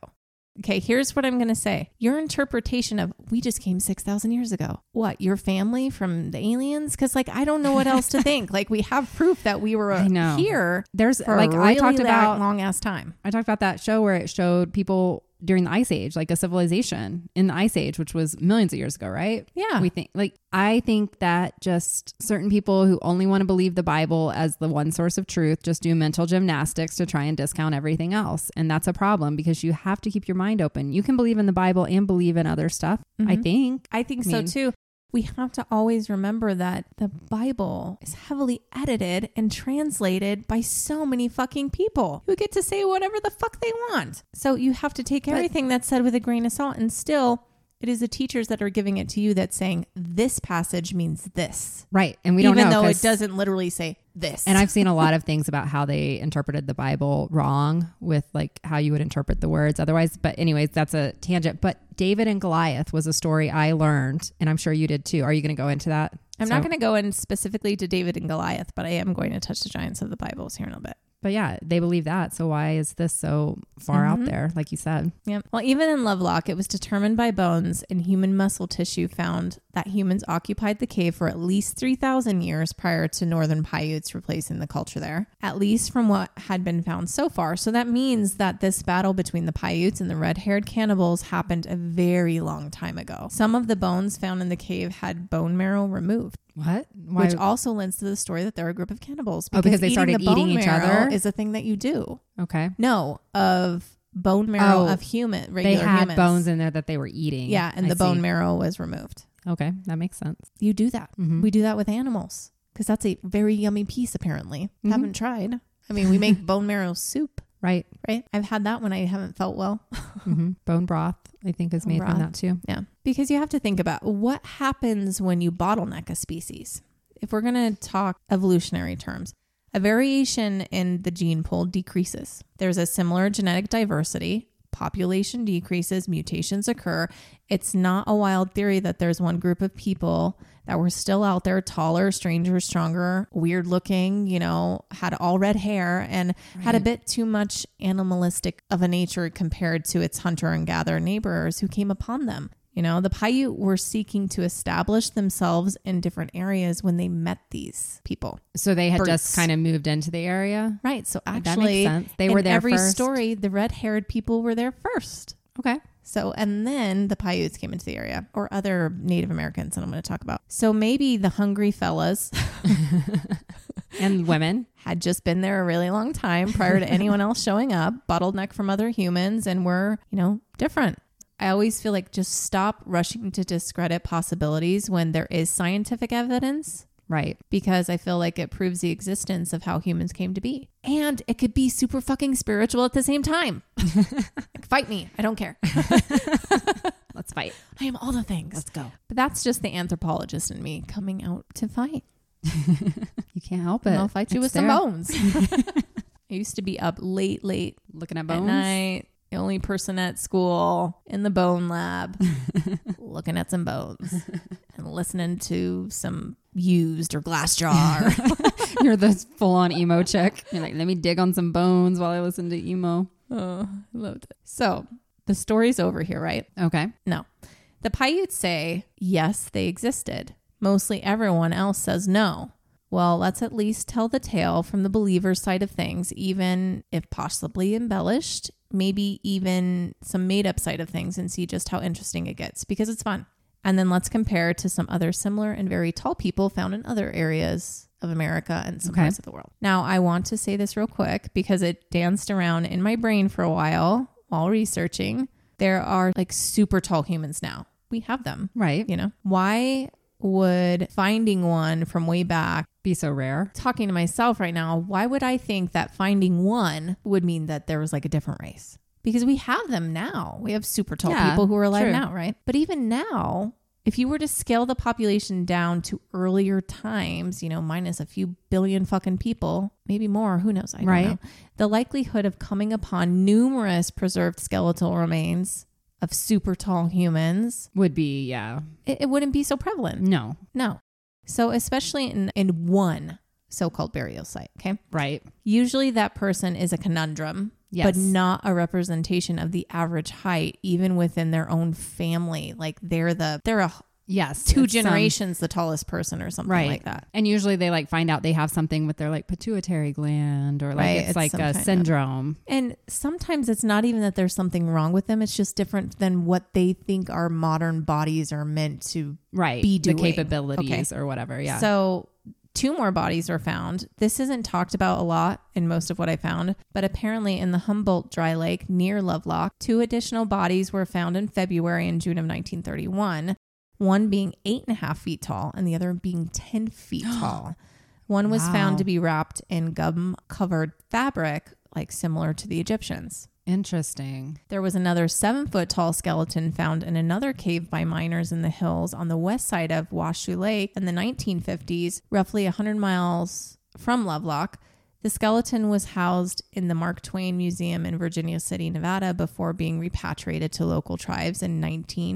Okay, here's what I'm going to say. Your interpretation of we just came 6,000 years ago. What, your family from the aliens? Because, like, I don't know what else to think. Like, we have proof that we were
I know.
here
There's
for
like
a
I
really
talked about
long ass time.
I talked about that show where it showed people during the ice age, like a civilization in the ice age, which was millions of years ago, right?
Yeah.
We think like I think that just certain people who only want to believe the Bible as the one source of truth just do mental gymnastics to try and discount everything else. And that's a problem because you have to keep your mind open. You can believe in the Bible and believe in other stuff, I
Mhm.
think.
I think
mean-
so too. We have to always remember that the Bible is heavily edited and translated by so many fucking people who get to say whatever the fuck they want. So you have to take everything that's said with a grain of salt and still it is the teachers that are giving it to you that's saying this passage means this.
Right. And we don't
Even
know
though it
'cause-
doesn't literally say this.
And I've seen a lot of things about how they interpreted the Bible wrong with like how you would interpret the words otherwise. But, anyways, that's a tangent. But David and Goliath was a story I learned, and I'm sure you did too. Are you going to go into that?
I'm not
So-
going to go in specifically to David and Goliath, but I am going to touch the giants of the Bibles here in a bit.
But yeah, they believe that. So, why is this so far out there, like you said?
Yep. Well, even in Lovelock, it was determined by bones and human muscle tissue found that humans occupied the cave for at least 3,000 years prior to northern Paiutes replacing the culture there, at least from what had been found so far. So that means that this battle between the Paiutes and the red haired cannibals happened a very long time ago. Some of the bones found in the cave had bone marrow removed,
What? Why?
which also lends to the story that they're a group of cannibals.
Oh, because they started
the
eating
bone
each
marrow
other?
Is a thing that you do.
okay.
No, of bone
Oh,
marrow of human
they
regular
had
humans.
bones in there that they were eating.
yeah, and
I
the bone
see.
marrow was removed. Mm-hmm.
Okay, that makes sense.
You do that.
Mhm.
We do that with animals because that's a very yummy piece. Apparently,
Mhm.
haven't tried. I mean, we make bone marrow soup,
right.
right? I've had that when I haven't felt well.
hmm Bone broth, I think, is
Bone
made
broth.
from that too.
Yeah. Because you have to think about what happens when you bottleneck a species. If we're going to talk evolutionary terms, a variation in the gene pool decreases. There's a similar genetic diversity, population decreases, mutations occur. It's not a wild theory that there's one group of people that were still out there taller, stranger, stronger, weird looking, you know, had all red hair and had a bit too much animalistic of a nature compared to its hunter and gatherer neighbors who came upon them. You know, the Paiute were seeking to establish themselves in different areas when they met these people.
So they had
Birds.
just kind of moved into the area.
Right. So
makes
actually,
sense. They
in
were there
every
first.
story, the red haired people were there first.
Okay.
So, and then the Paiutes came into the area or other Native Americans that I'm going to talk about. So maybe the hungry fellas
And women.
had just been there a really long time prior to anyone else showing up, bottleneck from other humans, and were, you know, different. I always feel like just stop rushing to discredit possibilities when there is scientific evidence
Right.
because I feel like it proves the existence of how humans came to be. And it could be super fucking spiritual at the same time. Like, fight me. I don't care.
Let's fight.
I am all the things.
go.
But that's just the anthropologist in me coming out to fight.
You can't help it.
And I'll fight you
It's
with some
there.
bones. I used to be up late, late
Looking at
at
bones.
night. The only person at school in the bone lab looking at some bones and listening to some used or glass jar.
You're the full on emo chick. You're like, let me dig on some bones while I listen to emo.
oh, I loved it. So the story's over here, right?
Okay.
No. The Paiutes say, yes, they existed. Mostly everyone else says no. Well, let's at least tell the tale from the believer's side of things, even if possibly embellished, maybe even some made up side of things, and see just how interesting it gets because it's fun. And then let's compare to some other similar and very tall people found in other areas of America and some
Okay.
parts of the world. Now, I want to say this real quick because it danced around in my brain for a while while researching. There are like super tall humans now. We have them,
Right.
you know? Why would finding one from way back,
Be so rare.
talking to myself right now, why would I think that finding one would mean that there was like a different race? Because we have them now. We have super tall
Yeah,
people who are alive
true.
now, right? But even now, if you were to scale the population down to earlier times, you know, minus a few billion fucking people, maybe more, who knows? I don't
Right.
know. The likelihood of coming upon numerous preserved skeletal remains of super tall humans,
Would be, yeah.
it, it wouldn't be so prevalent.
No.
No. So, especially in, in one so called burial site, okay?
Right.
Usually that person is a conundrum,
Yes.
but not a representation of the average height, even within their own family. Like they're the, they're a
Yes.
two
it's some-
generations the tallest person or something
Right.
like that.
And usually they like find out they have something with their like pituitary gland or like
Right,
it's,
it's
like
some
a
kind of-
syndrome.
And sometimes it's not even that there's something wrong with them. It's just different than what they think our modern bodies are meant to.
right
be doing.
the capabilities or whatever yeah
So, two more bodies are found. This isn't talked about a lot in most of what I found, but apparently in the Humboldt Dry Lake near Lovelock, two additional bodies were found in February and June of 1931, one being eight and a half feet tall and the other being 10 feet tall. One was found
Wow.
to be wrapped in gum covered fabric, like similar to the Egyptians.
interesting
There was another seven foot tall skeleton found in another cave by miners in the hills on the west side of Washoe Lake in the 1950s, roughly 100 miles from Lovelock. The skeleton was housed in the Mark Twain Museum in Virginia City, Nevada, before being repatriated to local tribes in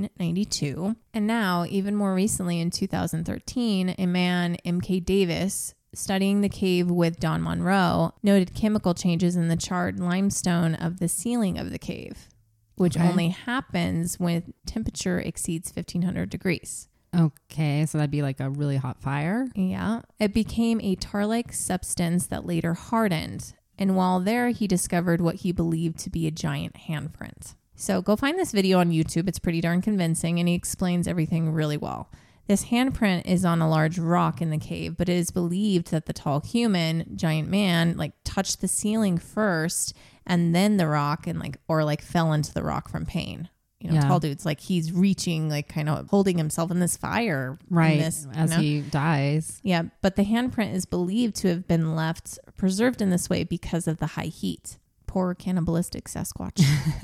1992. And now, even more recently in 2013, a man, M.K. Davis, studying the cave with Don Monroe, noted chemical changes in the charred limestone of the ceiling of the cave, which
Okay.
only happens when temperature exceeds 1500 degrees.
okay so that'd be like a really hot fire
Yeah. It became a tar like substance that later hardened. And while there, he discovered what he believed to be a giant handprint. So go find this video on YouTube. It's pretty darn convincing, and he explains everything really well. This handprint is on a large rock in the cave, but it is believed that the tall human, giant man, like touched the ceiling first and then the rock and like or like fell into the rock from pain. You know,
Yeah.
tall dude's like he's reaching, like kind of holding himself in this fire. in
right
this, you
as
know?
he dies.
Yeah, but the handprint is believed to have been left preserved in this way because of the high heat. Poor cannibalistic Sasquatch.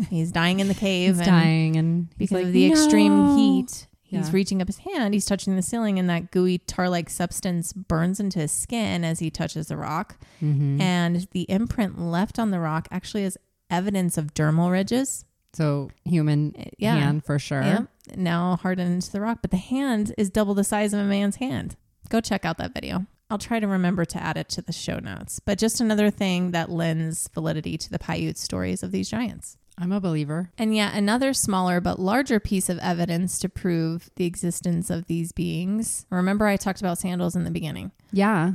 he's dying in the cave
He's
and
dying and he's
because
like,
of the extreme
"No."
heat. He's
Yeah.
reaching up his hand, he's touching the ceiling, and that gooey tar like substance burns into his skin as he touches the rock.
Mm-hmm.
And the imprint left on the rock actually is evidence of dermal ridges.
So human
yeah.
hand for sure.
Yeah. Now hardened to the rock, but the hand is double the size of a man's hand. Go check out that video. I'll try to remember to add it to the show notes. But just another thing that lends validity to the Paiute stories of these giants.
I'm a believer.
And yet another smaller but larger piece of evidence to prove the existence of these beings. Remember, I talked about sandals in the beginning.
Yeah.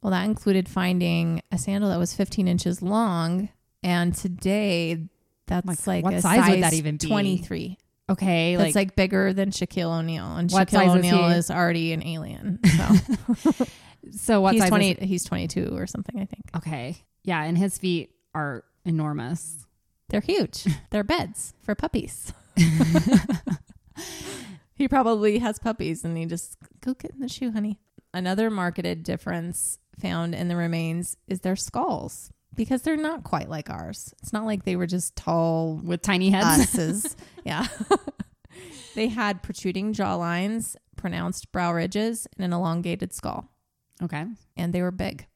Well, that included finding a sandal that was 15 inches long, and today that's
Like,
like,
what
a
size would that even be?
23.
Okay.
That's like, bigger than Shaquille O'Neal, and
What
Shaquille
size is
O'Neal
he?
is already an alien. So
so what
he's
size
twenty.
is-
he's twenty two or something. I think
okay. Yeah, and his feet are enormous.
they're huge. they're beds for puppies. he probably has puppies, and he just go get in the shoe, honey. Another marketed difference found in the remains is their skulls because they're not quite like ours. It's not like they were just tall
With tiny
Uh,
heads.
us's. yeah. they had protruding jawlines, pronounced brow ridges, and an elongated skull.
Okay.
And they were big.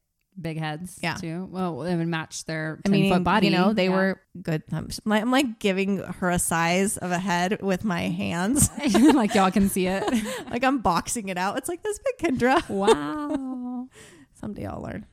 Big heads
Yeah.
too. Well, it would match their
I
ten
mean,
foot body.
you know, they
Yeah.
were good. I'm, just- I'm, like- I'm like giving her a size of a head with my hands.
like y'all can see it.
like I'm boxing it out. It's like this big Kendra.
wow.
Someday I'll learn.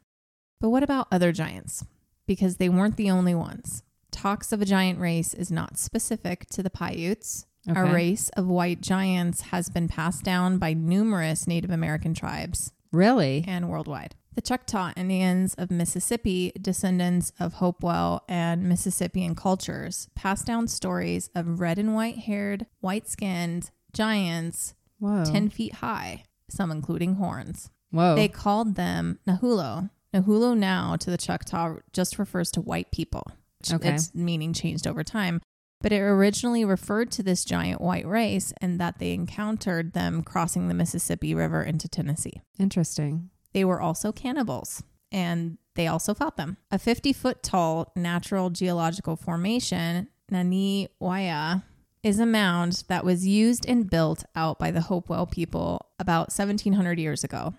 But what about other giants? Because they weren't the only ones. Talks of a giant race is not specific to the Paiutes. A
Okay.
race of white giants has been passed down by numerous Native American tribes
Really?
and worldwide. The Choctaw Indians of Mississippi, descendants of Hopewell and Mississippian cultures, pass down stories of red and white haired, white skinned giants
Whoa.
10 feet high, some including horns.
Whoa.
They called them Nahulo. Nahulo now to the Choctaw just refers to white people. Ch-
Okay.
Its meaning changed over time. But it originally referred to this giant white race and that they encountered them crossing the Mississippi River into Tennessee.
Interesting.
They were also cannibals and they also fought them. A 50 foot tall natural geological formation, Nani Waya, is a mound that was used and built out by the Hopewell people about 1700 years ago.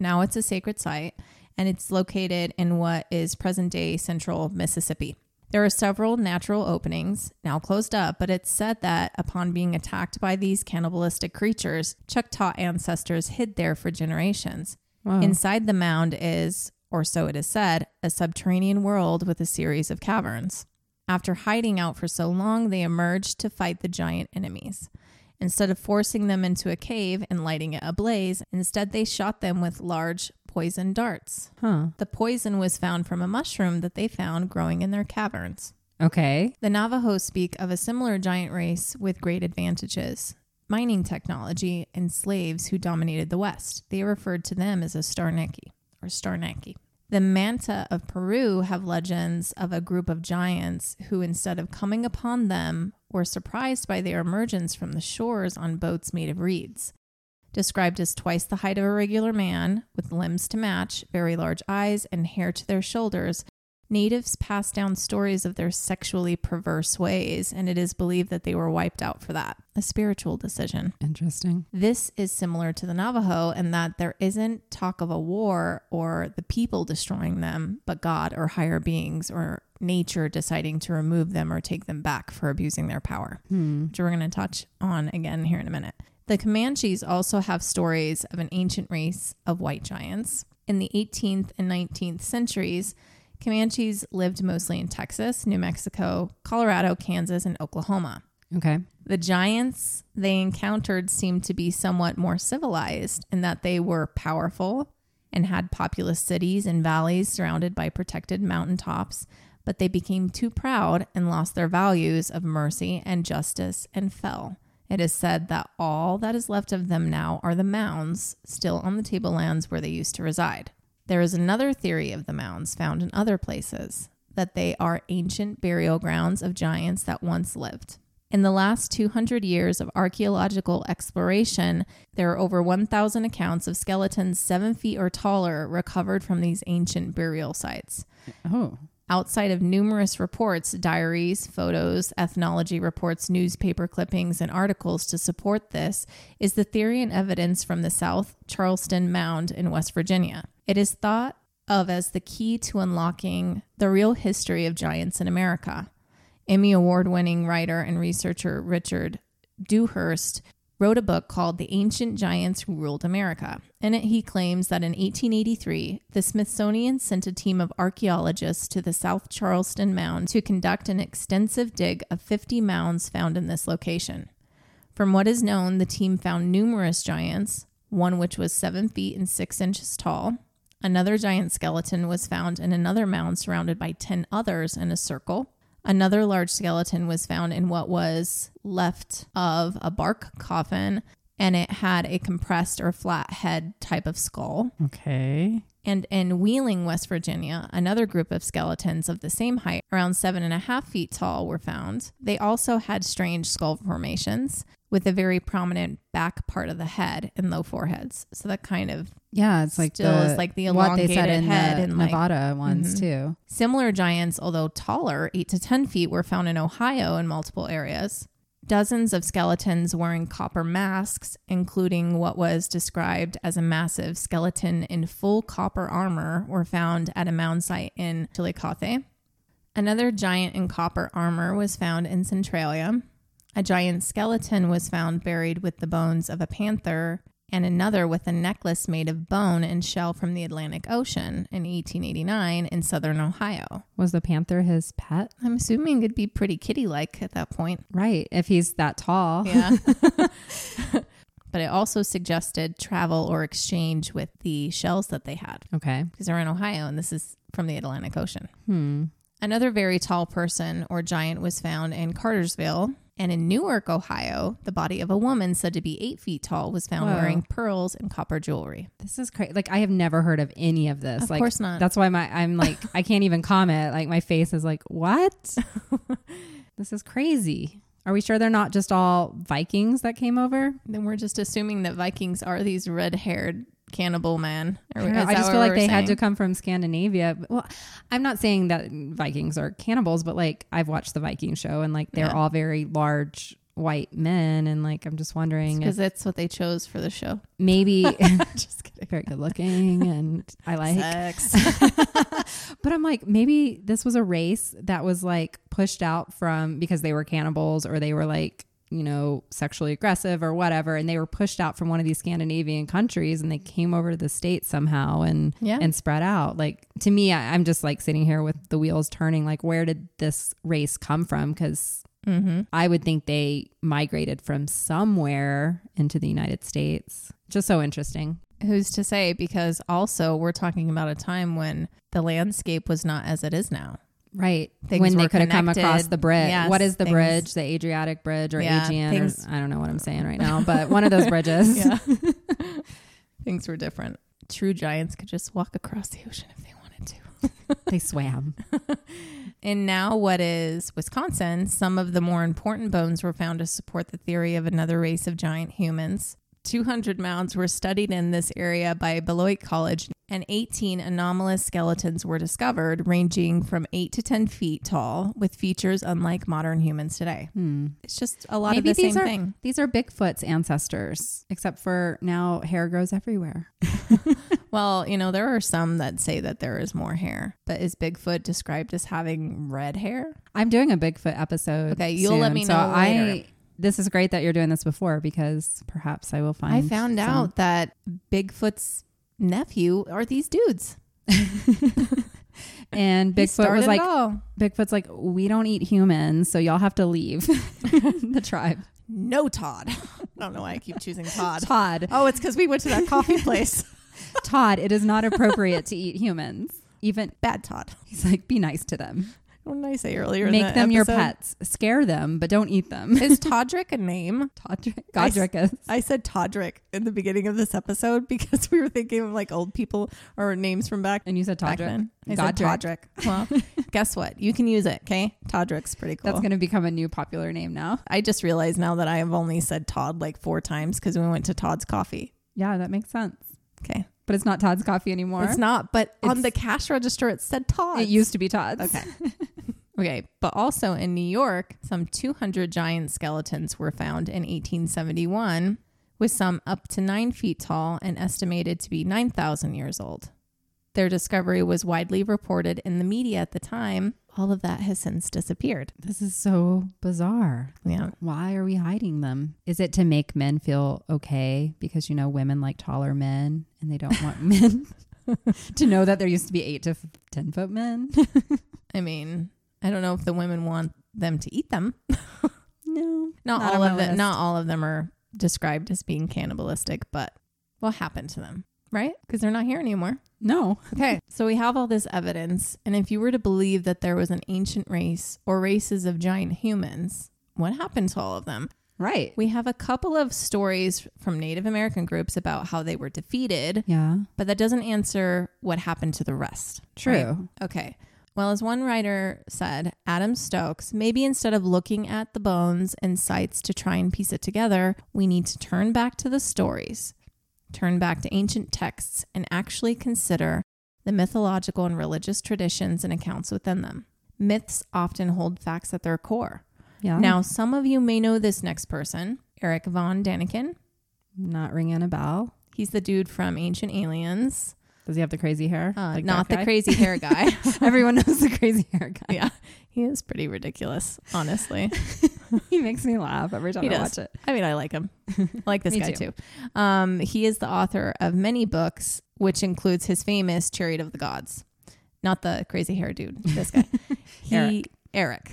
Now it's a sacred site and it's located in what is present day central Mississippi. There are several natural openings, now closed up, but it's said that upon being attacked by these cannibalistic creatures, Choctaw ancestors hid there for generations.
Wow.
Inside the mound is, or so it is said, a subterranean world with a series of caverns. After hiding out for so long, they emerged to fight the giant enemies. Instead of forcing them into a cave and lighting it ablaze, instead they shot them with large poison darts.
huh.
The poison was found from a mushroom that they found growing in their caverns.
Okay.
The Navajo speak of a similar giant race with great advantages mining technology and slaves who dominated the West. They referred to them as a Starnaki or Starnaki. The Manta of Peru have legends of a group of giants who, instead of coming upon them, were surprised by their emergence from the shores on boats made of reeds. Described as twice the height of a regular man, with limbs to match, very large eyes, and hair to their shoulders, Natives pass down stories of their sexually perverse ways, and it is believed that they were wiped out for that, a spiritual decision.
Interesting.
This is similar to the Navajo in that there isn't talk of a war or the people destroying them, but God or higher beings or nature deciding to remove them or take them back for abusing their power, which we're going to touch on again here in a minute. The Comanches also have stories of an ancient race of white giants. In the 18th and 19th centuries, Comanches lived mostly in Texas, New Mexico, Colorado, Kansas, and Oklahoma.
Okay.
The giants they encountered seemed to be somewhat more civilized in that they were powerful and had populous cities and valleys surrounded by protected mountaintops, but they became too proud and lost their values of mercy and justice and fell. It is said that all that is left of them now are the mounds still on the tablelands where they used to reside. There is another theory of the mounds found in other places that they are ancient burial grounds of giants that once lived. In the last 200 years of archaeological exploration, there are over 1,000 accounts of skeletons seven feet or taller recovered from these ancient burial sites.
Oh,
Outside of numerous reports, diaries, photos, ethnology reports, newspaper clippings, and articles to support this, is the theory and evidence from the South Charleston Mound in West Virginia. It is thought of as the key to unlocking the real history of giants in America. Emmy Award winning writer and researcher Richard Dewhurst wrote a book called The Ancient Giants Who Ruled America. In it, he claims that in 1883, the Smithsonian sent a team of archaeologists to the South Charleston Mound to conduct an extensive dig of 50 mounds found in this location. From what is known, the team found numerous giants, one which was seven feet and six inches tall. Another giant skeleton was found in another mound surrounded by 10 others in a circle. Another large skeleton was found in what was left of a bark coffin, and it had a compressed or flat head type of skull.
okay.
And in Wheeling, West Virginia, another group of skeletons of the same height, around seven and a half feet tall, were found. They also had strange skull formations with a very prominent back part of the head and low foreheads. So that kind of
Yeah, it's like
Still
the,
is like the
what they said
elongated
in
head
the
and, like- mm-hmm.
Nevada ones too.
Similar giants, although taller, 8 to 10 feet, were found in Ohio in multiple areas. Dozens of skeletons wearing copper masks, including what was described as a massive skeleton in full copper armor, were found at a mound site in Chillicothe. Another giant in copper armor was found in Centralia. A giant skeleton was found buried with the bones of a panther, and another with a necklace made of bone and shell from the Atlantic Ocean in 1889 in southern Ohio.
Was the panther his pet?
I'm assuming it'd be pretty kitty like at that point.
Right, if he's that tall.
Yeah. but it also suggested travel or exchange with the shells that they had
Okay.
because they're in Ohio and this is from the Atlantic Ocean.
Hmm.
Another very tall person or giant was found in Cartersville. And in Newark, Ohio, the body of a woman said to be eight feet tall was found
Whoa.
wearing pearls and copper jewelry.
This is crazy. Like I have never heard of any of this.
Of
like
course not.
that's why my I'm like I can't even comment. Like my face is like, "What?" this is crazy. Are we sure they're not just all Vikings that came over?
Then we're just assuming that Vikings are these red haired cannibal men. Or
I, don't know. I
is that
just
what
feel like
we're
they had to
saying?
come from Scandinavia. But- Well, I'm not saying that Vikings are cannibals, but like I've watched the Viking show and like they're
Yeah.
all very large white men and like I'm just wondering if
because that's what they chose for the show.
maybe
Just kidding.
very good looking and I like
Sex.
But I'm like, maybe this was a race that was like pushed out from because they were cannibals or they were like, you know, sexually aggressive or whatever. And they were pushed out from one of these Scandinavian countries and they came over to the States somehow and,
Yeah.
and spread out. Like to me, I, I'm just like sitting here with the wheels turning. Like, where did this race come from? Cause
mm-hmm.
I would think they migrated from somewhere into the United States. Just so interesting.
Who's to say? Because also, we're talking about a time when the landscape was not as it is now.
Right.
Things
when they
were
could have come
connected.
across the bridge.
Yes,
what is the
things-
bridge? The Adriatic Bridge or
Yeah,
Aegean? or-
things-
I don't know what I'm saying right now, but one of those bridges.
Yeah. Things were different. True giants could just walk across the ocean if they wanted to.
They swam.
In now what is Wisconsin, some of the more important bones were found to support the theory of another race of giant humans. 200 mounds were studied in this area by Beloit College, and 18 anomalous skeletons were discovered, ranging from 8 to 10 feet tall, with features unlike modern humans today.
Hmm.
It's just a lot
Maybe
of the
these
same
are-
thing.
These are Bigfoot's ancestors, except for now hair grows everywhere.
Well, you know, there are some that say that there is more hair, but is Bigfoot described as having red hair?
I'm doing a Bigfoot episode.
Okay, you'll let
soon,
me
so
know later.
I this is great that you're doing this before because perhaps I will find
I found
some.
out that Bigfoot's nephew are these dudes.
and
He
Bigfoot
started
was
it
like
all.
Bigfoot's like we don't eat humans, so y'all have to leave the tribe.
no Todd. I don't know why I keep choosing Todd.
Todd.
Oh, it's because we went to that coffee place.
Todd, it is not appropriate to eat humans. Even
Bad Todd.
he's like, be nice to them.
What did I say earlier? in
Make
the
them your
episode?
pets. Scare them, but don't eat them.
Is Todrick a name?
Todrick.
I s-
Godric is.
I said Todrick in the beginning of this episode because we were thinking of like old people or names from back
And you said
back
Todrick.
then. I said Todrick. Well, guess what? You can use it. Okay, Todrick's pretty cool.
That's going to become a new popular name now.
I just realized now that I have only said Todd like four times because we went to Todd's Coffee.
Yeah, that makes sense.
Okay,
But it's not Todd's coffee anymore.
it's not. But on
It's-
the cash register, it said Todd.
It used to be Todd's.
Okay. Okay, but also in New York, some 200 giant skeletons were found in 1871, with some up to nine feet tall and estimated to be 9,000 years old. Their discovery was widely reported in the media at the time. All of that has since disappeared.
This is so bizarre.
Yeah.
Why are we hiding them? Is it to make men feel okay because you know women like taller men and they don't want men to know that there used to be 8 to f- 10 foot men?
I mean, I don't know if the women want them to eat them.
No. Not
Not,
on
all
my
of
list.
them, not all of them are described as being cannibalistic, but what happened to them, right? Because they're not here anymore.
No.
Okay, so we have all this evidence, and if you were to believe that there was an ancient race or races of giant humans, what happened to all of them?
Right.
We have a couple of stories from Native American groups about how they were defeated,
Yeah.
but that doesn't answer what happened to the rest. right?
True.
Okay. Well, as one writer said, Adam Stokes, maybe instead of looking at the bones and sites to try and piece it together, we need to turn back to the stories, turn back to ancient texts, and actually consider the mythological and religious traditions and accounts within them. Myths often hold facts at their core.
Yeah.
Now, some of you may know this next person, Eric von Daniken.
not ringing a bell.
He's the dude from Ancient Aliens,
Does he have the crazy hair?
uh,
Like that
not the
guy?
crazy hair guy.
Everyone knows the crazy hair guy.
yeah, he is pretty ridiculous, honestly.
he makes me laugh every time
He
I
does.
watch it.
I mean, I like him. I like this
Me
guy
too.
too. Um, he is the author of many books, which includes his famous Chariot of the Gods. Not the crazy hair dude, this guy. he,
Eric.
Eric.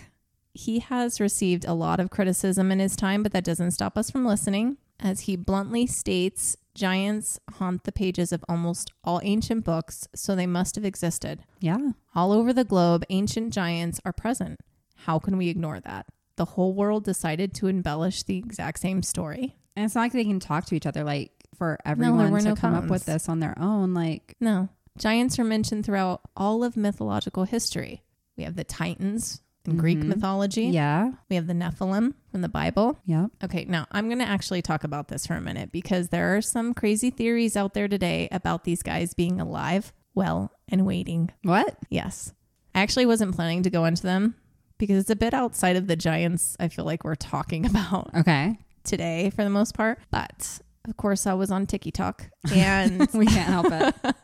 He has received a lot of criticism in his time, but that doesn't stop us from listening. As he bluntly states, giants haunt the pages of almost all ancient books, so they must have existed.
Yeah.
All over the globe, ancient giants are present. How can we ignore that? The whole world decided to embellish the exact same story.
And it's not like they can talk to each other like for everyone
were
to
no
come up
phones.
with this on their own. Like,
No, giants are mentioned throughout all of mythological history. We have the Titans in Greek
Mhm.
mythology,
yeah,
we have the Nephilim from the Bible.
yeah,
Okay, now I'm going to actually talk about this for a minute because there are some crazy theories out there today about these guys being alive, well, and waiting
what?
Yes. I actually wasn't planning to go into them because it's a bit outside of the giants I feel like we're talking about
Okay,
today for the most part. But of course, I was on TikTok. And
we can't help it.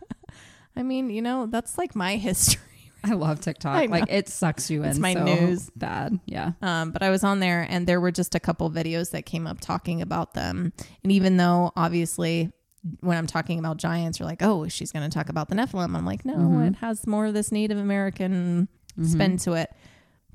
I mean, you know, that's like my history.
I love TikTok.
I know.
like, it sucks you in.
It's my
so
news.
Bad. Yeah.
Um, but I was on there and there were just a couple videos that came up talking about them. And even though obviously when I'm talking about giants, you're like, oh, she's going to talk about the Nephilim. I'm like, no,
Mhm.
it has more of this Native American
Mhm.
spin to it.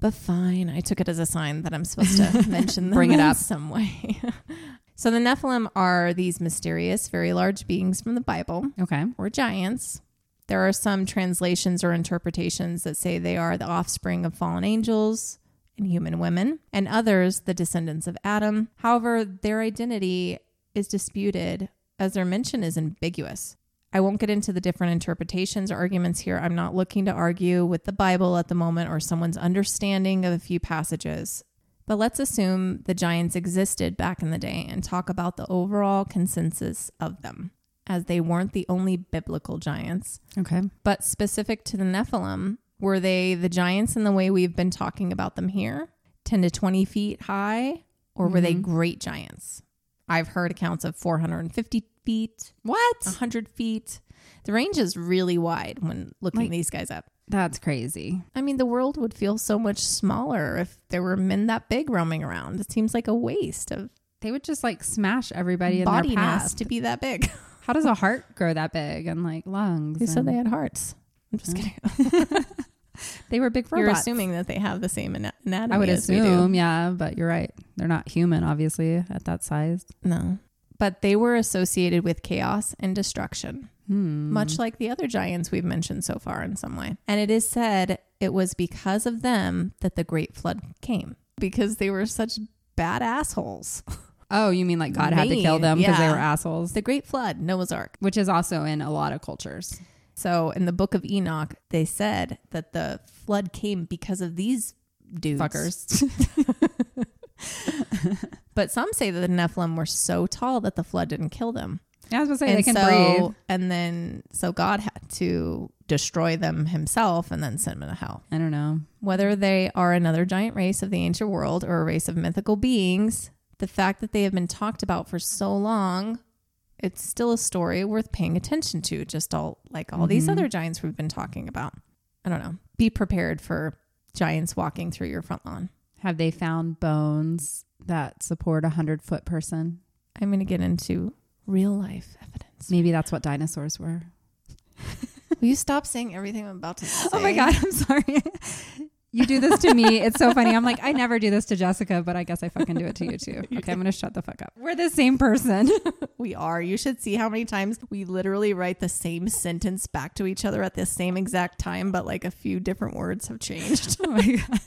But fine, I took it as a sign that I'm supposed to mention them
Bring it
in
up.
some way. so the Nephilim are these mysterious, very large beings from the Bible
Okay.
or giants. There are some translations or interpretations that say they are the offspring of fallen angels and human women, and others the descendants of Adam. However, their identity is disputed as their mention is ambiguous. I won't get into the different interpretations or arguments here. I'm not looking to argue with the Bible at the moment or someone's understanding of a few passages. But let's assume the giants existed back in the day and talk about the overall consensus of them, as they weren't the only biblical giants.
Okay.
But specific to the Nephilim, were they the giants in the way we've been talking about them here, 10 to 20 feet high, or were they
Mhm.
great giants? I've heard accounts of 450 feet,
What?
100 feet. The range is really wide when looking
Like-
these guys up.
That's crazy.
I mean, the world would feel so much smaller if there were men that big roaming around. It seems like a waste of
They would just like smash everybody in
body
their
mass
past.
to be that big.
How does a heart grow that big and like lungs?
Who said
and-
they had hearts? I'm just kidding.
They were big
You're
robots.
assuming that they have the same ana- anatomy.
I would
as we do.
assume, yeah, but you're right. They're not human, obviously, at that size.
No. But they were associated with chaos and destruction.
Hmm.
much like the other giants we've mentioned so far in some way. Mm-hmm. And it is said it was because of them that the Great Flood came, because they were such bad assholes.
Oh, you mean like God had to kill
Mean,
them because they
yeah.
were assholes,
The Great Flood, Noah's Ark.
which is also in a lot of cultures.
So in the book of Enoch, they said that the flood came because of these dudes.
Fuckers.
But some say that the Nephilim were so tall that the flood didn't kill them.
Yeah, I was gonna say they
and
can
so,
breathe.
And then, so God had to destroy them himself and then send them to hell.
I don't know.
Whether they are another giant race of the ancient world or a race of mythical beings, the fact that they have been talked about for so long, it's still a story worth paying attention to, just all like all these
Mm-hmm.
other giants we've been talking about. I don't know. Be prepared for giants walking through your front lawn.
Have they found bones that support a hundred foot person?
I'm going to get into real life evidence.
Maybe that's what dinosaurs were.
Will you stop saying everything I'm about to say?
Oh my god, I'm sorry. you do this to me. It's so funny. I'm like, I never do this to Jessica, but I guess I fucking do it to you too. Okay, I'm gonna shut the fuck up. We're the same person.
We are. You should see how many times we literally write the same sentence back to each other at the same exact time, but like a few different words have changed.
oh my god.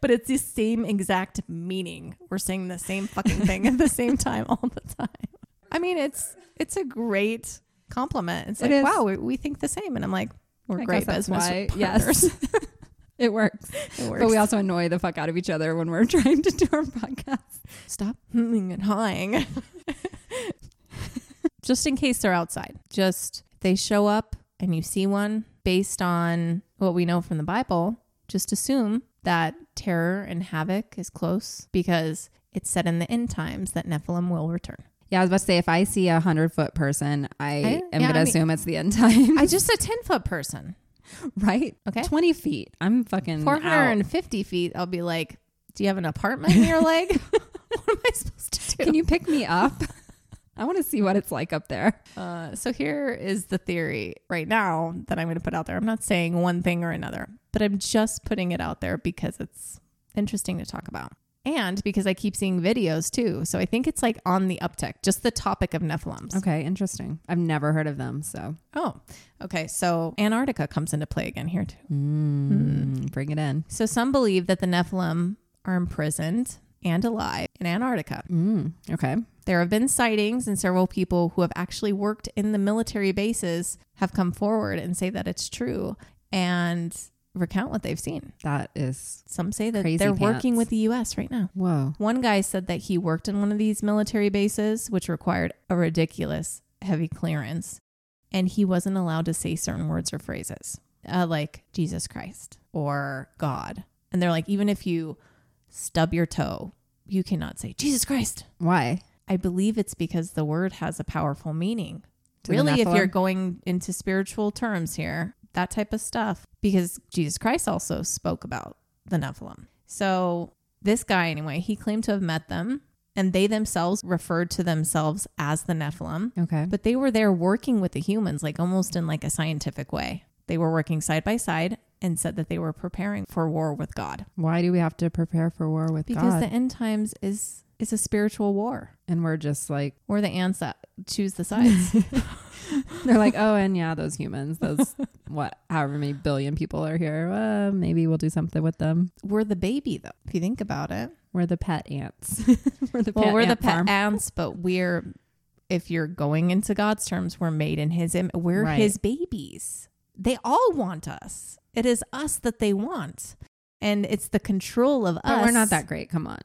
but it's the same exact meaning. We're saying the same fucking thing at the same time all the time. I mean, it's it's a great compliment. It's
It
like,
is.
wow, we, we think the same, and I'm like, we're
I
great
guess that's
business
why-
partners.
yes. It works.
It works.
But we also annoy the fuck out of each other when we're trying to do our podcast.
Stop hmming and hawing. just in case they're outside. Just if they show up and you see one based on what we know from the Bible, just assume that terror and havoc is close because it's said in the end times that Nephilim will return.
Yeah, I was about to say if I see a hundred foot person, I,
I-
am gonna
yeah, I mean-
assume it's the end time.
I just a 10 foot person.
right?
Okay.
Twenty feet. I'm fucking out.
450 feet, I'll be like, do you have an apartment in your leg? what am I supposed to do?
Can you pick me up? I want to see what it's like up there.
Uh, so here is the theory right now that I'm going to put out there. I'm not saying one thing or another, but I'm just putting it out there because it's interesting to talk about. And because I keep seeing videos too. So I think it's like on the uptick, just the topic of Nephilims.
Okay, interesting. I've never heard of them, so
Oh, okay. So Antarctica comes into play again here too.
mm, bring it in.
So some believe that the Nephilim are imprisoned and alive in Antarctica.
Mm, okay.
There have been sightings, and several people who have actually worked in the military bases have come forward and say that it's true and recount what they've seen.
That is
Some say that
Crazy
they're working
pants.
with the U.S. right now.
whoa.
One guy said that he worked in one of these military bases, which required a ridiculous heavy clearance, and he wasn't allowed to say certain words or phrases uh, like Jesus Christ or God. And they're like, even if you stub your toe, you cannot say Jesus Christ.
Why?
I believe it's because the word has a powerful meaning.
To the
really, if
Nephilim?
you're going into spiritual terms here, that type of stuff, because Jesus Christ also spoke about the Nephilim. So, this guy, anyway, he claimed to have met them, and they themselves referred to themselves as the Nephilim,
Okay.
but they were there working with the humans, like almost in like a scientific way. They were working side by side and said that they were preparing for war with God
Why do we have to prepare for war with
because
God?
the end times is is a spiritual war.
and we're just like
We're the ants that choose the sides.
they're like, oh, and yeah, those humans, those what, however many billion people are here. Well, maybe we'll do something with them.
we're the baby, though. If you think about it,
We're the pet ants. we're the
well, we're the pet
farm.
ants, but we're, if you're going into God's terms, we're made in His image. We're
Right.
His babies. They all want us. It is us that they want, and it's the control of us.
But we're not that great. Come on.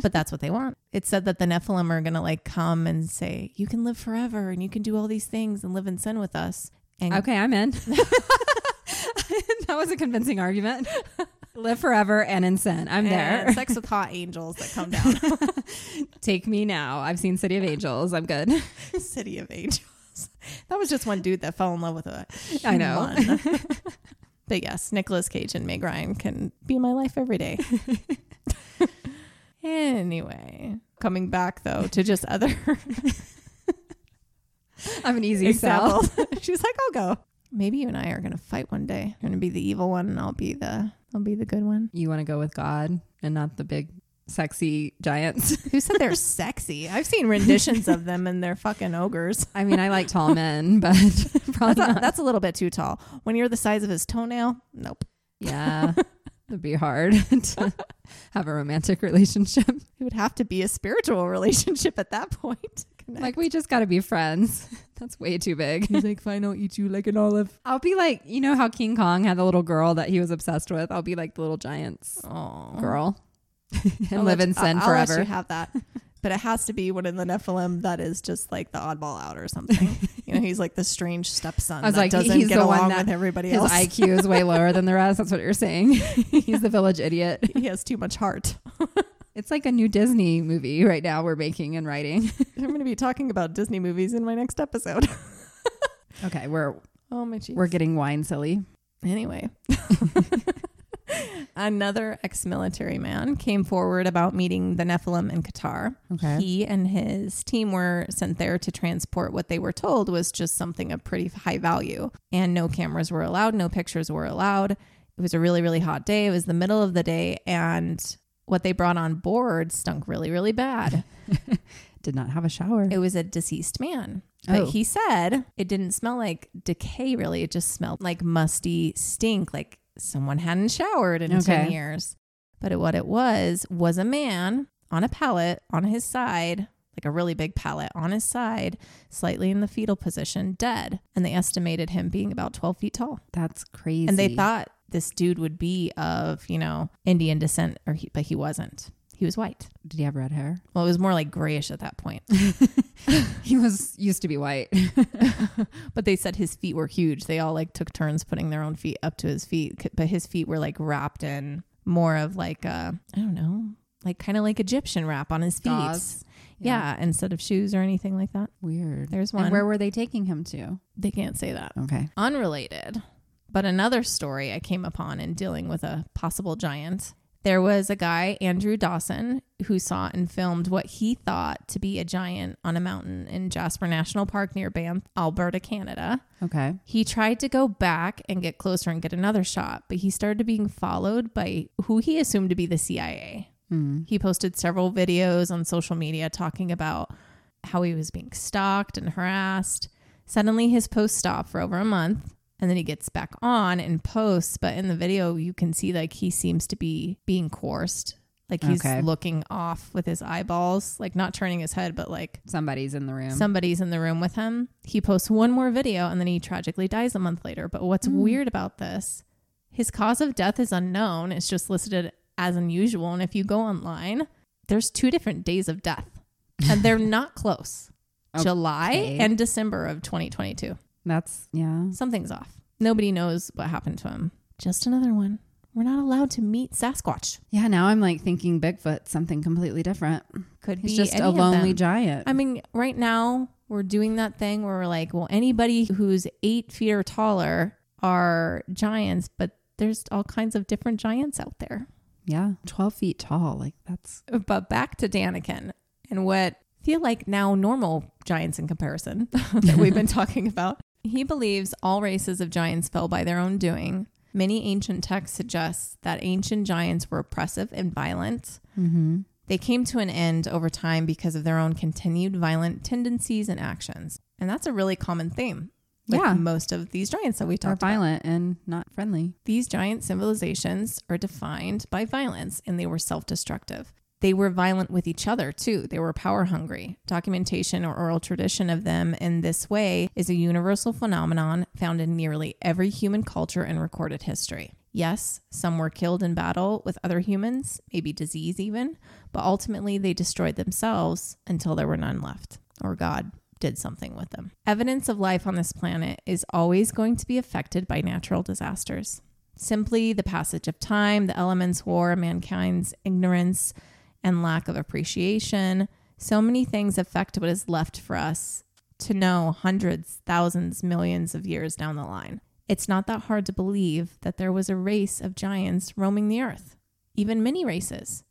but that's what they want. It said that the Nephilim are going to like come and say, "You can live forever, and you can do all these things, and live in sin with us." And
okay, I'm in. that was a convincing argument. Live forever and in sin. I'm
and
there.
sex with hot angels that come down.
Take me now. I've seen City of Angels. I'm good.
City of Angels. That was just one dude that fell in love with a
I know.
human. but yes, Nicolas Cage and Meg Ryan can be my life every day. anyway, coming back though to just other
I'm an easy sell.
examples. She's like, I'll go. Maybe you and I are gonna fight one day. You're gonna be the evil one and I'll be the I'll be the good one.
You want to go with God and not the big sexy giants.
Who said they're sexy? I've seen renditions of them and they're fucking ogres.
I mean, I like tall men, but probably
That's a,
not.
that's a little bit too tall. When you're the size of his toenail, nope.
Yeah. It'd be hard to have a romantic relationship.
It would have to be a spiritual relationship at that point. to connect.
Like, we just got to be friends. That's way too big.
He's like, fine, I'll eat you like an olive.
I'll be like, you know how King Kong had the little girl that he was obsessed with? I'll be like the little giants
Oh,
girl and
I'll
live
let-
in sin
I'll, I'll let
forever.
you have that. But it has to be one in the Nephilim that is just like the oddball out or something. you know, he's like the strange stepson
I was
that
like, he-
doesn't
he's
get
the one
along
that-
with everybody
His
else.
IQ is way lower than the rest. That's what you're saying. He's the village idiot.
he has too much heart.
It's like a new Disney movie right now we're making and writing.
I'm going to be talking about Disney movies in my next episode.
Okay, we're
oh my jeez.
we're getting wine silly.
Anyway, another ex military man came forward about meeting the Nephilim in Qatar.
Okay.
He and his team were sent there to transport what they were told was just something of pretty high value. And no cameras were allowed, no pictures were allowed. It was a really, really hot day. It was the middle of the day. And what they brought on board stunk really, really bad.
Did not have a shower.
It was a deceased man. But
Oh.
he said it didn't smell like decay, really. It just smelled like musty stink, like someone hadn't showered in 10
Okay.
years. But it, what it was was a man on a pallet on his side, like a really big pallet on his side, slightly in the fetal position, dead. And they estimated him being about 12 feet tall.
That's crazy.
And they thought this dude would be of, you know, Indian descent, or he, but he wasn't. He was white.
Did he have red hair?
Well, it was more like grayish at that point.
He was used to be white.
But they said his feet were huge. They all like took turns putting their own feet up to his feet, c- but his feet were like wrapped in more of like a I don't know, like kind of like Egyptian wrap on his feet.
Gauze.
Yeah. instead of shoes or anything like that.
Weird.
There's one.
And where were they taking him to?
they can't say that.
Okay.
Unrelated, but another story I came upon in dealing with a possible giant. There was a guy, Andrew Dawson, who saw and filmed what he thought to be a giant on a mountain in Jasper National Park near Banff, Alberta, Canada.
Okay.
He tried to go back and get closer and get another shot, but he started being followed by who he assumed to be the CIA. He posted several videos on social media talking about how he was being stalked and harassed. Suddenly, his posts stop for over a month, and then he gets back on and posts. But in the video, you can see like he seems to be being coursed. Like he's
Okay.
looking off with his eyeballs, like not turning his head, but like
Somebody's in the room.
somebody's in the room with him. He posts one more video and then he tragically dies a month later. But what's weird about this, his cause of death is unknown. It's just listed as unusual. And if you go online, there's two different days of death and they're not close July
Okay.
and December of 2022.
That's yeah.
Something's off. Nobody knows what happened to him. Just another one. We're not allowed to meet Sasquatch.
Yeah, now I'm like thinking Bigfoot, something completely different.
Could
He's
be
just
any
a
of
lonely
them.
giant.
I mean, right now we're doing that thing where we're like, well, anybody who's eight feet or taller are giants, but there's all kinds of different giants out there.
yeah. 12 feet tall. Like that's
But back to Daniken and what feel like now normal giants in comparison that we've been talking about. He believes all races of giants fell by their own doing. Many ancient texts suggest that ancient giants were oppressive and violent.
Mm-hmm.
They came to an end over time because of their own continued violent tendencies and actions. And that's a really common theme with
Yeah.
most of these giants that we
are
talked about.
violent and not friendly.
These giant civilizations are defined by violence and they were self destructive. They were violent with each other too. They were power hungry. Documentation or oral tradition of them in this way is a universal phenomenon found in nearly every human culture and recorded history. Yes, some were killed in battle with other humans, maybe disease even, but ultimately they destroyed themselves until there were none left or God did something with them. Evidence of life on this planet is always going to be affected by natural disasters. Simply the passage of time, the elements, war, mankind's ignorance and lack of appreciation. So many things affect what is left for us to know hundreds, thousands, millions of years down the line. It's not that hard to believe that there was a race of giants roaming the earth, even many races.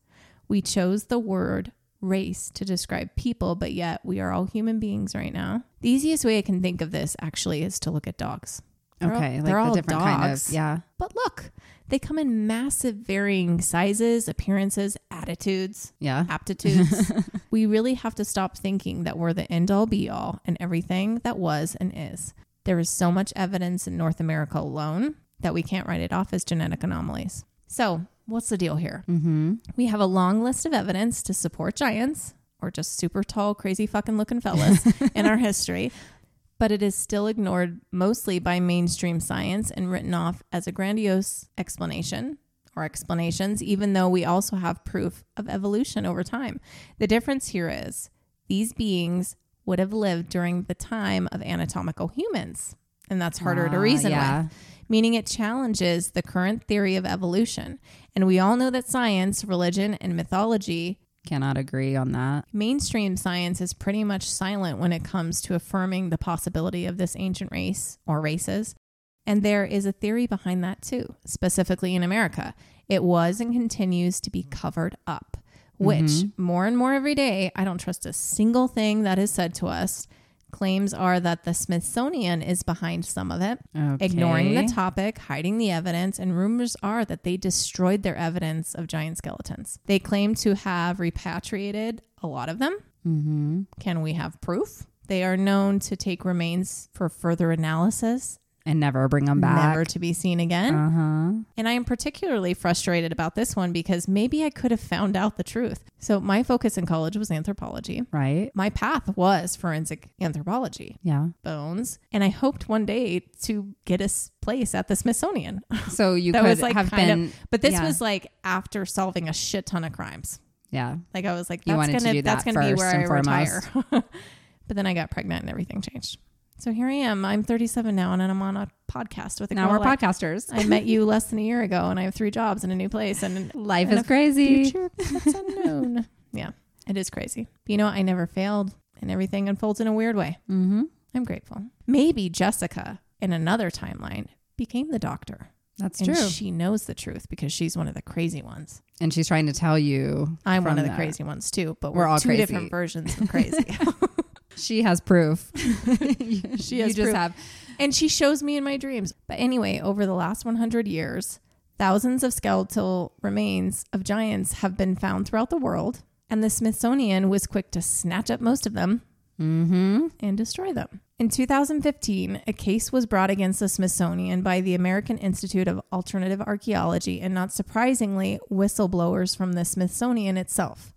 We chose the word race to describe people, but yet we are all human beings right now. The easiest way I can think of this actually is to look at dogs. They're all-
okay, like
they're
the
all
different kind of
dogs.
yeah.
But look, they come in massive varying sizes, appearances, attitudes,
Yeah.
aptitudes. we really have to stop thinking that we're the end all be all and everything that was and is. There is so much evidence in North America alone that we can't write it off as genetic anomalies. So, what's the deal here?
Mm-hmm.
We have a long list of evidence to support giants or just super tall, crazy fucking looking fellas in our history, but it is still ignored mostly by mainstream science and written off as a grandiose explanation or explanations, even though we also have proof of evolution over time. The difference here is these beings would have lived during the time of anatomical humans, and that's harder to
Ah,
reason with
yeah.
meaning it challenges the current theory of evolution. And we all know that science, religion, and mythology,
Cannot agree on that.
mainstream science is pretty much silent when it comes to affirming the possibility of this ancient race or races. And there is a theory behind that too, specifically in America. It was and continues to be covered up, which more and more every day, I don't trust a single thing that is said to us. Claims are that the Smithsonian is behind some of it
Okay.
ignoring the topic, hiding the evidence, and rumors are that they destroyed their evidence of giant skeletons. They claim to have repatriated a lot of them.
Mm-hmm.
Can we have proof? They are known to take remains for further analysis,
And never bring them back.
never to be seen again.
Uh huh.
And I am particularly frustrated about this one because maybe I could have found out the truth. So, my focus in college was anthropology.
Right.
My path was forensic anthropology,
Yeah.
bones, and I hoped one day to get a s- place at the Smithsonian.
So you
That
could
was, like,
have
kind of-
been.
But this
Yeah.
was like after solving a shit ton of crimes.
yeah.
Like I was like,
You
that's
wanted to
gonna
do
that's
that
gonna be
first
where
and
I retire. but then I got pregnant and everything changed. So here I am. I'm 37 now, and I'm on a podcast with a
Now
girl
we're
like-
podcasters.
I met you less than a year ago, and I have three jobs and a new place and
Life
and
is
a
crazy.
future that's unknown. Yeah, it is crazy. But you know, what? I never failed, and everything unfolds in a weird way.
Mm-hmm.
I'm grateful. Maybe Jessica, in another timeline, became the doctor,
That's
and
true.
she knows the truth because she's one of the crazy ones.
and she's trying to tell you
I'm
from
one of the
there.
crazy ones too, but
We're
we're,
all
two
crazy.
different versions of crazy.
She has proof. You-
She
you
has
just
proof.
have
and she shows me in my dreams. But anyway, over the last 100 years, thousands of skeletal remains of giants have been found throughout the world, and the Smithsonian was quick to snatch up most of them
mm-hmm.
and destroy them. In 2015, a case was brought against the Smithsonian by the American Institute of Alternative Archaeology and, not surprisingly, whistleblowers from the Smithsonian itself.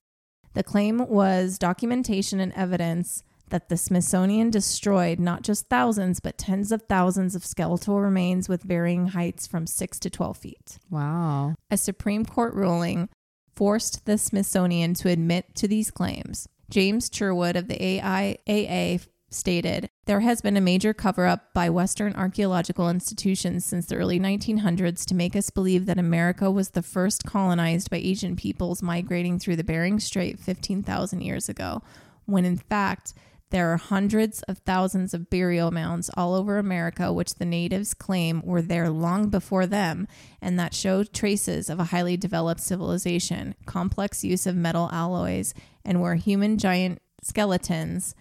The claim was documentation and evidence that the Smithsonian destroyed not just thousands, but tens of thousands of skeletal remains with varying heights from 6 to 12 feet.
Wow.
A Supreme Court ruling forced the Smithsonian to admit to these claims. James Sherwood of the AIAA stated there has been a major cover up by Western archaeological institutions since the early 1900s to make us believe that America was the first colonized by Asian peoples migrating through the Bering Strait 15,000 years ago, when in fact, there are hundreds of thousands of burial mounds all over America, which the natives claim were there long before them, and that show traces of a highly developed civilization, complex use of metal alloys, and where human giant skeletons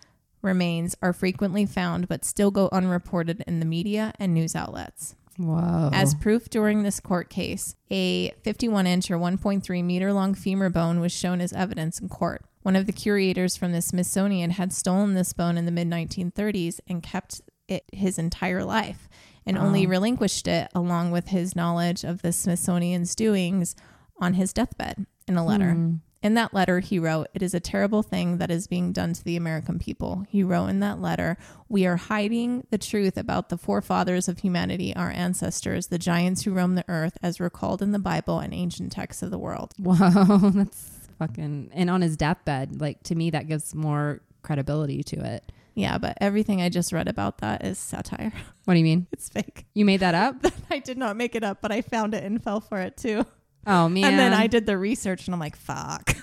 remains are frequently found but still go unreported in the media and news outlets.
Whoa.
As proof during this court case, a 51 inch or 1.3 meter long femur bone was shown as evidence in court. One of the curators from the Smithsonian had stolen this bone in the mid 1930s and kept it his entire life and only relinquished it along with his knowledge of the Smithsonian's doings on his deathbed in a letter. In that letter, he wrote, It is a terrible thing that is being done to the American people. He wrote in that letter, We are hiding the truth about the forefathers of humanity, our ancestors, the giants who roamed the earth, as recalled in the Bible and ancient texts of the world.
Whoa. That's fucking. And on his deathbed, like to me, that gives more credibility to it.
Yeah, but everything I just read about that is satire.
What do you mean?
It's fake.
You made that up?
I did not make it up, but I found it and fell for it too.
Oh man.
And then I did the research and I'm like, fuck,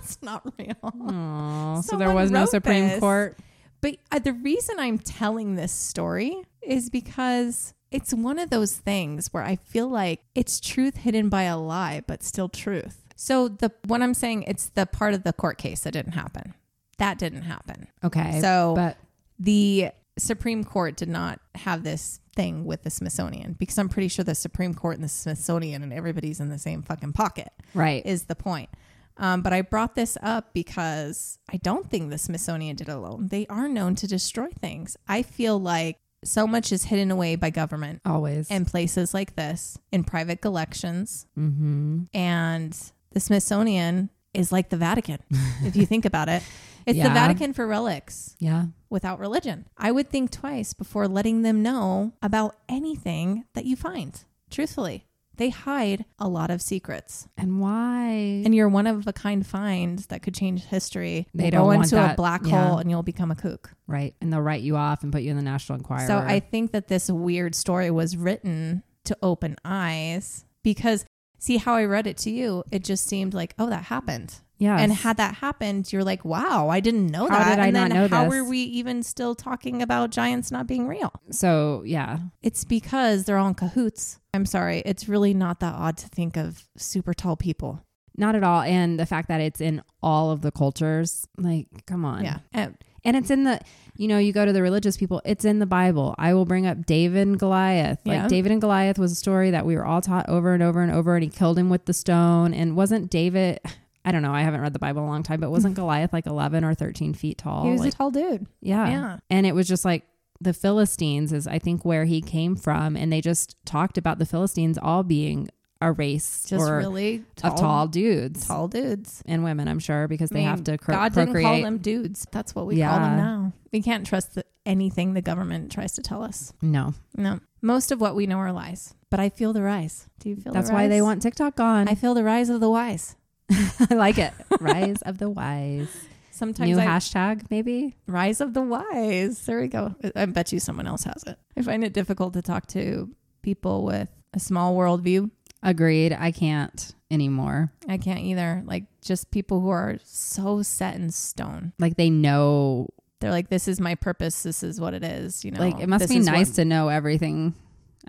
it's not real.
Aw, so there
Someone
was no
wrote
Supreme
this.
Court.
But uh, the reason I'm telling this story is because it's one of those things where I feel like it's truth hidden by a lie, but still truth. So the what I'm saying, it's the part of the court case that didn't happen. That didn't happen.
Okay.
so
but
the Supreme Court did not have this thing with the Smithsonian because I'm pretty sure the Supreme Court and the Smithsonian and everybody's in the same fucking pocket
Right.
is the point. Um, but I brought this up because I don't think the Smithsonian did it alone. They are known to destroy things. I feel like so much is hidden away by government
Always.
and places like this in private collections.
mm-hmm.
And the Smithsonian is like the Vatican, if you think about it. It's the
Yeah.
Vatican for relics
Yeah.
without religion. I would think twice before letting them know about anything that you find. Truthfully, they hide a lot of secrets
And why?
and you're one of a kind find that could change history.
Mm-hmm. They
will
don't
go
want
into a
that.
black
Yeah.
hole and you'll become a kook.
right. And they'll write you off and put you in the National Enquirer.
So I think that this weird story was written to open eyes because see how I read it to you, it just seemed like, oh, that happened.
Yes.
And had that happened, you're like, wow, I didn't know
How
that.
did I
and
not
then
know
how
this?
were we even still talking about giants not being real?
so yeah.
It's because they're all in cahoots. I'm sorry, it's really not that odd to think of super tall people.
Not at all. And the fact that it's in all of the cultures, like, come on.
Yeah. And
And it's in the, you know, you go to the religious people, it's in the Bible. I will bring up David and Goliath. Like,
Yeah.
David and Goliath was a story that we were all taught over and over and over, and he killed him with the stone. And wasn't David, I don't know, I haven't read the Bible in a long time, but wasn't Goliath like 11 or 13 feet tall?
he was
Like,
a tall dude.
yeah.
yeah.
And it was just like, the Philistines is, I think, where he came from. And they just talked about the Philistines all being a race
just
or
really tall,
of tall dudes
tall dudes.
and women, I'm sure, because they
I mean,
have to cro-
God
procreate.
didn't call them dudes. That's what we call
Yeah.
them now. We can't trust the, anything the government tries to tell us.
No,
No, most of what we know are lies. But I feel the rise. Do you feel?
that's
the
why they
rise?
want TikTok gone.
I feel the rise of the wise.
I like it. Rise of the wise.
Sometimes
New
I
hashtag, maybe.
rise of the wise. There we go. I bet you someone else has it. I find it difficult to talk to people with a small worldview.
Agreed. I can't anymore.
I can't either. Like just people who are so set in stone.
Like they know.
They're like, this is my purpose. This is what it is. You know,
like it must
This
be
is what-
nice to know everything,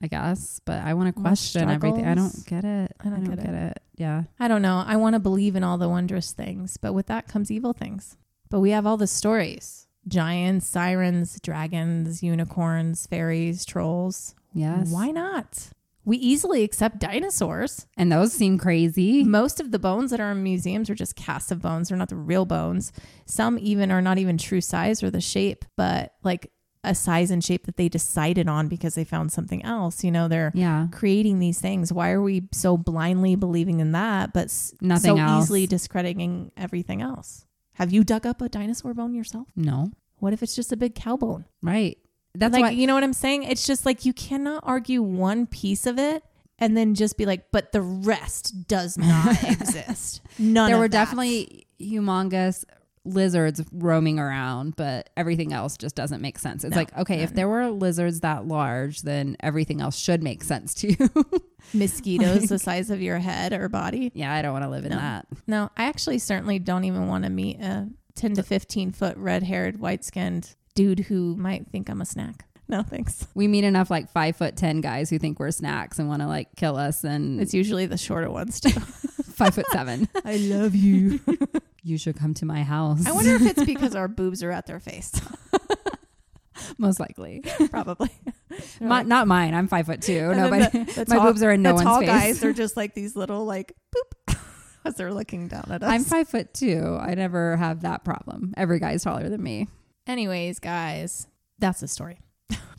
I guess. But I want to
My
question everything. I don't
struggles.
get it.
I don't get it.
Yeah.
I don't know. I want to believe in all the wondrous things, but with that comes evil things. But we have all the stories giants, sirens, dragons, unicorns, fairies, trolls.
Yes.
Why not? We easily accept dinosaurs.
And those seem crazy.
Most of the bones that are in museums are just casts of bones, they're not the real bones. Some even are not even true size or the shape, but like a size and shape that they decided on because they found something else. You know, they're
Yeah.
creating these things why are we so blindly believing in that but s-
Nothing
so
else.
easily discrediting everything else have you dug up a dinosaur bone yourself
No.
what if it's just a big cow bone
Right. That's
like
why.
you know what i'm saying it's just like you cannot argue one piece of it and then just be like but the rest does not exist none
there
of
were
that.
definitely humongous lizards roaming around, but everything else just doesn't make sense. It's
No,
like, okay, if there were lizards that large, then everything else should make sense to you.
mosquitoes the size of your head or body
yeah, I don't want to live in
No.
that.
no i actually certainly don't even want to meet a 10 to 15 foot red haired white skinned dude who might think i'm a snack no thanks
We meet enough like five foot ten guys who think we're snacks and want to like kill us, and
It's
it's
usually the shorter ones too.
five foot seven.
Hmm. I love you.
You should come to my house.
I wonder if it's because our boobs are at their face.
most likely.
Probably.
My- not mine. I'm five foot two.
And then
Nobody.
the- the
my
tall-
boobs are in no
the
one's
tall
face.
guys are just like these little like boop as they're looking down at us.
I'm five foot two. I never have that problem. Every guy's taller than me.
Anyways, guys, that's the story.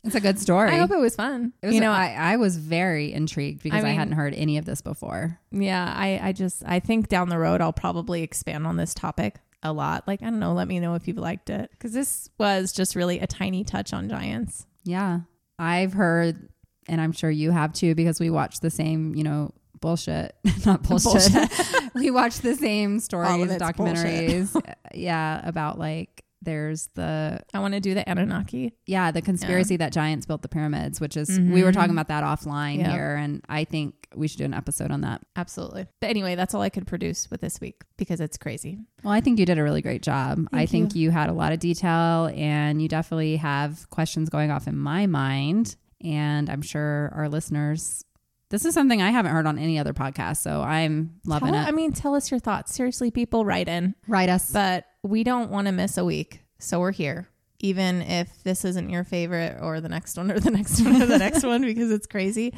It's a good story.
I hope it was fun.
It was,
you know, I,
I, I was very intrigued because I,
mean-
hadn't heard any of this before.
yeah, I, I just I think down the road I'll probably expand on this topic a lot. Like I don't know, let me know if you liked it because this was just really a tiny touch on giants.
Yeah. I've heard, and I'm sure you have too, because we watched the same, you know, bullshit, not bullshit. we watched the same
All
stories,
of it's
documentaries. yeah. About like, there's the,
I want to do the Anunnaki.
yeah, the conspiracy that giants built the pyramids, which is, we were
Mm-hmm.
talking about that offline
Yeah.
here. And I think we should do an episode on that.
Absolutely. But anyway, that's all I could produce with this week because it's crazy.
Well, I think you did a really great job. I think you had a lot of detail and you definitely have questions going off in my mind. And I'm sure our listeners, this is something I haven't heard on any other podcast. So I'm loving
Tell-
it.
I mean, tell us your thoughts. Seriously, people, write in.
Write us.
But we don't want to miss a week. So we're here even if this isn't your favorite or the next one or the next one or the next one because it's crazy.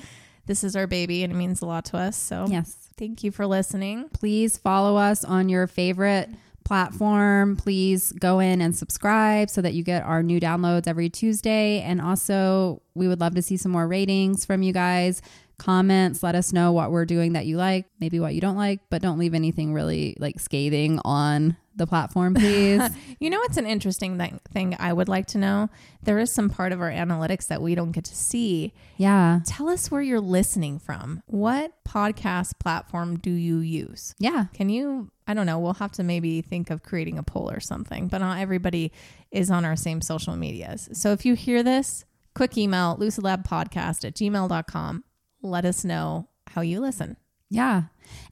This is our baby and it means a lot to us. So
Yes.
thank you for listening.
Please follow us on your favorite platform. Please go in and subscribe so that you get our new downloads every Tuesday. And also, we would love to see some more ratings from you guys. Comments, let us know what we're doing that you like, maybe what you don't like, but don't leave anything really like scathing on the platform, please.
You know what's an interesting thi- thing I would like to know? There is some part of our analytics that we don't get to see.
yeah.
Tell us where you're listening from. What podcast platform do you use?
Yeah.
Can you? I don't know. We'll have to maybe think of creating a poll or something, but not everybody is on our same social medias. So if you hear this, quick email lucidlabpodcast at gmail.com. Let us know how you listen.
Yeah.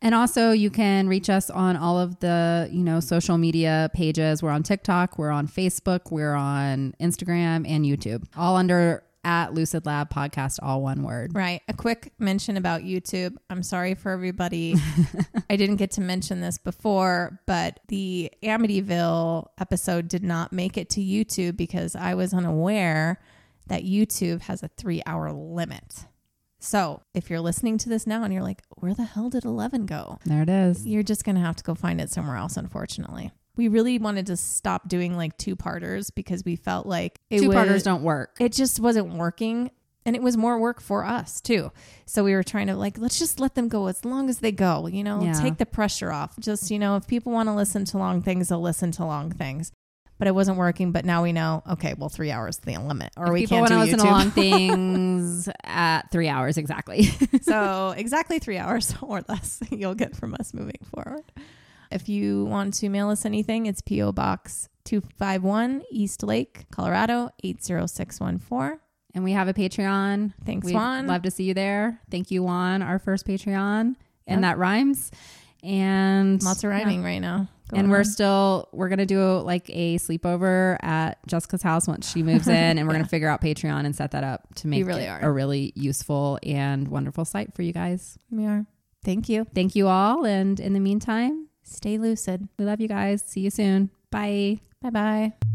And also you can reach us on all of the, you know, social media pages. We're on TikTok, we're on Facebook, we're on Instagram and YouTube. All under at Lucid Lab Podcast, all one word.
Right. A quick mention about YouTube. I'm sorry for everybody. I didn't get to mention this before, but the Amityville episode did not make it to YouTube because I was unaware that YouTube has a three hour limit. So if you're listening to this now and you're like, where the hell did 11 go?
There it is.
You're just going to have to go find it somewhere else, unfortunately. We really wanted to stop doing like two parters because we felt like it
Two parters
was-
don't work.
it just wasn't working and it was more work for us too so we were trying to like let's just let them go as long as they go you know
Yeah.
take the pressure off just you know if people want to listen to long things they'll listen to long things but it wasn't working but now we know okay well three hours is the limit or we
People
can't
want to
do
listen
YouTube.
to long things at three hours exactly.
so exactly three hours or less you'll get from us moving forward if you want to mail us anything it's po box 251 east lake colorado 80614
and we have a Patreon.
thanks
We'd
juan
love to see you there. Thank you, Juan, our first Patreon.
Yep.
And that rhymes. And
Lots of
yeah.
rhyming right now.
and
Going
we're
on.
still we're gonna do like a sleepover at Jessica's house once she moves in, and we're gonna figure out Patreon and set that up to make
really
it
are.
a really useful and wonderful site for you guys.
we are. Thank you.
Thank you all, and in the meantime,
Stay lucid.
we love you guys. See you soon. Bye.
Bye bye.